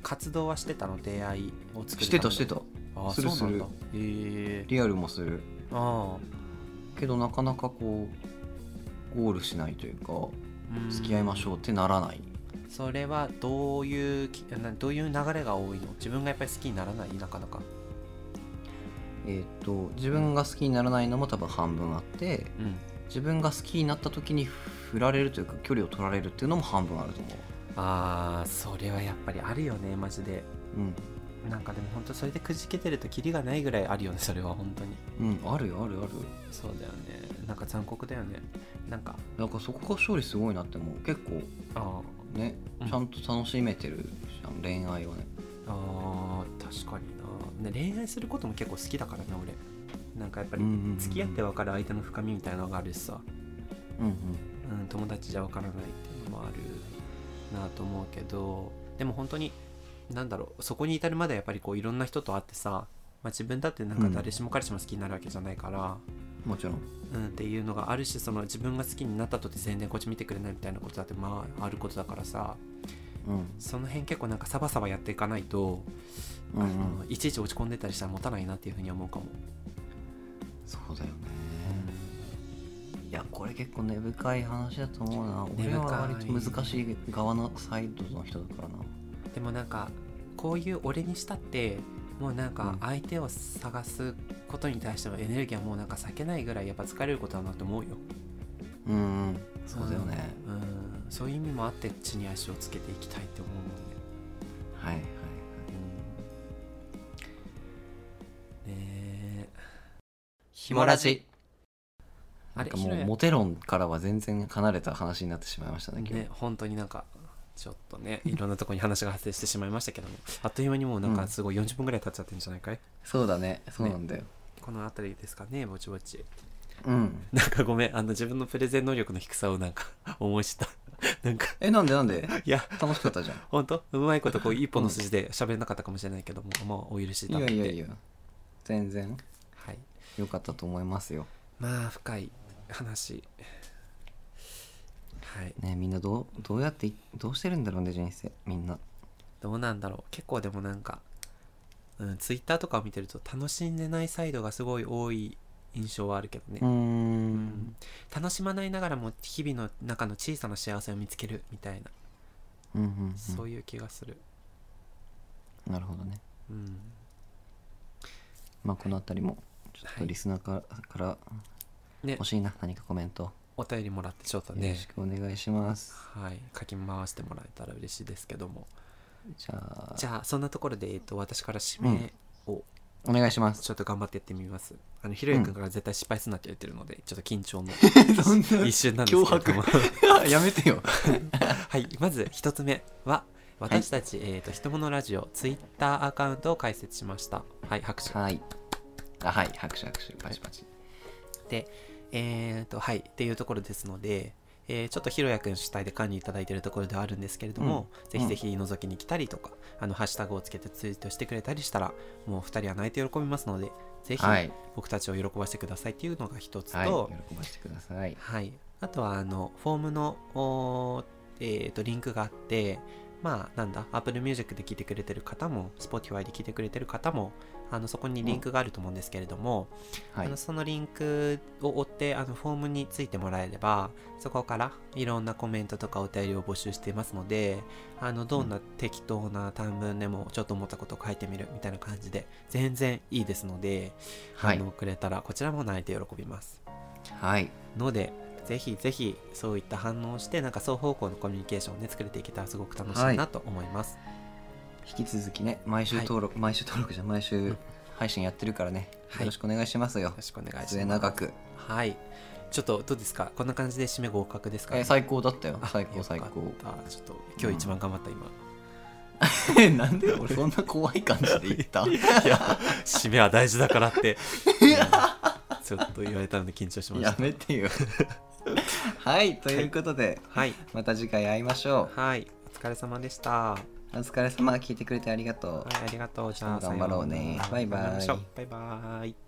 [SPEAKER 1] 活動はしてたの出会いを作る
[SPEAKER 2] してたして
[SPEAKER 1] た
[SPEAKER 2] た
[SPEAKER 1] あー
[SPEAKER 2] する
[SPEAKER 1] そうなんだ
[SPEAKER 2] す
[SPEAKER 1] へえ
[SPEAKER 2] リアルもする
[SPEAKER 1] あ
[SPEAKER 2] けどなかなかこうゴールしないというか
[SPEAKER 1] あ
[SPEAKER 2] 付き合いましょうってならない
[SPEAKER 1] それはどういうきなどういう流れが多いの自分がやっぱり好きにならないなかなか
[SPEAKER 2] えーっと自分が好きにならないのも多分半分あって
[SPEAKER 1] うん
[SPEAKER 2] 自分が好きになった時に振られるというか距離を取られるっていうのも半分あると思
[SPEAKER 1] ああそれはやっぱりあるよねマジで
[SPEAKER 2] ううん
[SPEAKER 1] なんかでも本当それでくじけてるとキリがないぐらいあるよねそれは本当に
[SPEAKER 2] うんあるよあるある
[SPEAKER 1] そうだよねなんか残酷だよねなんか
[SPEAKER 2] なんかそこが勝利すごいなって思う結構
[SPEAKER 1] あ
[SPEAKER 2] ね
[SPEAKER 1] うん
[SPEAKER 2] ちゃんと楽しめてるじゃん恋愛はね
[SPEAKER 1] ーあー確かにな、ね、恋愛することも結構好きだからね俺なんかやっぱり付き合って
[SPEAKER 2] は
[SPEAKER 1] 分かる相手の深みみたいなのがあるしさ、
[SPEAKER 2] うんうん
[SPEAKER 1] うん、友達じゃわからないっていうのもあるなと思うけどでも本当に何だろうそこに至るまでやっぱりこういろんな人と会ってさ、まあ、自分だってなんか誰しも彼氏も好きになるわけじゃないから、
[SPEAKER 2] もちろん
[SPEAKER 1] うんっていうのがあるしその自分が好きになったとって全然こっち見てくれないみたいなことだってまああることだからさ
[SPEAKER 2] うん
[SPEAKER 1] その辺結構なんかサバサバやっていかないと、
[SPEAKER 2] うんう
[SPEAKER 1] あの
[SPEAKER 2] ん
[SPEAKER 1] いちいち落ち込んでたりしたら持たないなっていうふうに思うかも。
[SPEAKER 2] そうだよねいやこれ結構根深い話だと思うな俺は割と難しい側のサイドの人だからな
[SPEAKER 1] でもなんかこういう俺にしたってもうなんか
[SPEAKER 2] うん
[SPEAKER 1] 相手を探すことに対してのエネルギーはもうなんか避けないぐらいやっぱ疲れることだなと思うよ
[SPEAKER 2] うんうんそうだよね
[SPEAKER 1] うんそういう意味もあって地に足をつけていきたいって思うもんね
[SPEAKER 2] はいはい
[SPEAKER 1] うんねえ
[SPEAKER 2] ひ
[SPEAKER 1] もらじあ
[SPEAKER 2] なん
[SPEAKER 1] れ
[SPEAKER 2] かもう
[SPEAKER 1] ひろや
[SPEAKER 2] モテ論からは全然離れた話になってしまいましたね今日
[SPEAKER 1] ね本当になんかちょっとねいろんなところに話が発生してしまいましたけどもあっという間にもうなんかすごい40分ぐらい経っちゃってるんじゃないかい、
[SPEAKER 2] そうだねそうなんだよ、
[SPEAKER 1] この辺りですかねぼちぼち
[SPEAKER 2] うん
[SPEAKER 1] なんかごめん、あの自分のプレゼン能力の低さをなんか 思い知った。なんか、
[SPEAKER 2] えなんでなんで
[SPEAKER 1] いや、
[SPEAKER 2] 楽しかったじゃん
[SPEAKER 1] ほんとうまいことこう一本の筋で喋れなかったかもしれないけども、まあお許しいただ
[SPEAKER 2] いや
[SPEAKER 1] いて。
[SPEAKER 2] いやいや全然
[SPEAKER 1] はい。
[SPEAKER 2] 良かったと思いますよ
[SPEAKER 1] まあ深い話はい
[SPEAKER 2] ねみんなどうどうやっていどうしてるんだろうね人生みんな
[SPEAKER 1] どうなんだろう結構でもなんか、うん、ツイッターとかを見てると楽しんでないサイドがすごい多い印象はあるけどね、
[SPEAKER 2] うー
[SPEAKER 1] うん
[SPEAKER 2] ん
[SPEAKER 1] 楽しまないながらも日々の中の小さな幸せを見つけるみたいな、
[SPEAKER 2] うんうん
[SPEAKER 1] そうういう気がする
[SPEAKER 2] んなるほどね
[SPEAKER 1] うん
[SPEAKER 2] まあこの辺りもちょっ
[SPEAKER 1] は
[SPEAKER 2] と
[SPEAKER 1] い
[SPEAKER 2] リスナーから,、から
[SPEAKER 1] ね
[SPEAKER 2] 欲しいな何かコメント
[SPEAKER 1] お便りもらってちょっと
[SPEAKER 2] よろ
[SPEAKER 1] ね
[SPEAKER 2] しくお願いします、
[SPEAKER 1] はい書き回してもらえたら嬉しいですけども
[SPEAKER 2] じゃあ
[SPEAKER 1] じゃあそんなところで、えっと、私から指
[SPEAKER 2] う
[SPEAKER 1] 名
[SPEAKER 2] ん
[SPEAKER 1] を
[SPEAKER 2] お願いします
[SPEAKER 1] ちょっと頑張ってやってみます、あのひろゆくんから絶対失敗するなって言ってるので、ちょっと緊張の
[SPEAKER 2] そんな
[SPEAKER 1] 一瞬なんですけれども
[SPEAKER 2] やめてよ
[SPEAKER 1] はい、まず一つ目は私たち、えっ、と、ひとものラジオ、ツイッターアカウントを開設しました。はい、拍手。
[SPEAKER 2] はいあはい拍手拍手パチパチ
[SPEAKER 1] えっ、と、はい、っていうところですので、えーちょっとひろやくん主体で管理いただいているところではあるんですけれども、ぜひぜひ覗きに来たりとか、あの、ハッシュタグをつけてツイートしてくれたりしたら、もう二人は泣いて喜びますので、ぜひ
[SPEAKER 2] はい
[SPEAKER 1] 僕たちを喜ばせてくださいっていうのが一つと、
[SPEAKER 2] はい喜ばせてください
[SPEAKER 1] はい、あとはあのフォームのおー、えー、とリンクがあってまあなんだ Apple Music で聴いてくれてる方も Spotify で聴いてくれてる方もあのそこにリンクがあると思うんですけれども、
[SPEAKER 2] は
[SPEAKER 1] あ
[SPEAKER 2] い
[SPEAKER 1] のそのリンクを追ってあのフォームについてもらえればそこからいろんなコメントとかお便りを募集していますのであのどんな適当な短文でもちょっと思ったことを書いてみるみたいな感じで全然いいですので、
[SPEAKER 2] は
[SPEAKER 1] あ
[SPEAKER 2] い
[SPEAKER 1] のくれたらこちらも泣いて喜びます。
[SPEAKER 2] はい
[SPEAKER 1] のでぜひぜひそういった反応をしてなんか双方向のコミュニケーションをね作れていけたらすごく楽しいなと思います、
[SPEAKER 2] 引き続きね毎週登録、毎週登録じゃ毎週配信やってるからね、
[SPEAKER 1] はい
[SPEAKER 2] よろしくお願いしますよ
[SPEAKER 1] よろしくお願いします
[SPEAKER 2] 末永く、
[SPEAKER 1] はいちょっとどうですかこんな感じで締め合格ですか、
[SPEAKER 2] えー最高だったよ
[SPEAKER 1] あ
[SPEAKER 2] 最
[SPEAKER 1] よ
[SPEAKER 2] 高
[SPEAKER 1] かっ
[SPEAKER 2] 最
[SPEAKER 1] た
[SPEAKER 2] 高
[SPEAKER 1] ちょっと今日一番頑張った今、
[SPEAKER 2] えなんで俺そんな怖い感じで言った
[SPEAKER 1] いや締めは大事だからってちょっと言われたので緊張しまし
[SPEAKER 2] や
[SPEAKER 1] た
[SPEAKER 2] めてよはいということで、
[SPEAKER 1] はい
[SPEAKER 2] また次回会いましょ
[SPEAKER 1] はいお疲れ様でした、は
[SPEAKER 2] うお疲れ様聞いてくれてありがとう
[SPEAKER 1] い、ありがとうじゃあ
[SPEAKER 2] 明日も頑張ろうね
[SPEAKER 1] さようなら
[SPEAKER 2] バイバ
[SPEAKER 1] 頑
[SPEAKER 2] イ
[SPEAKER 1] 張りましょうバイバイ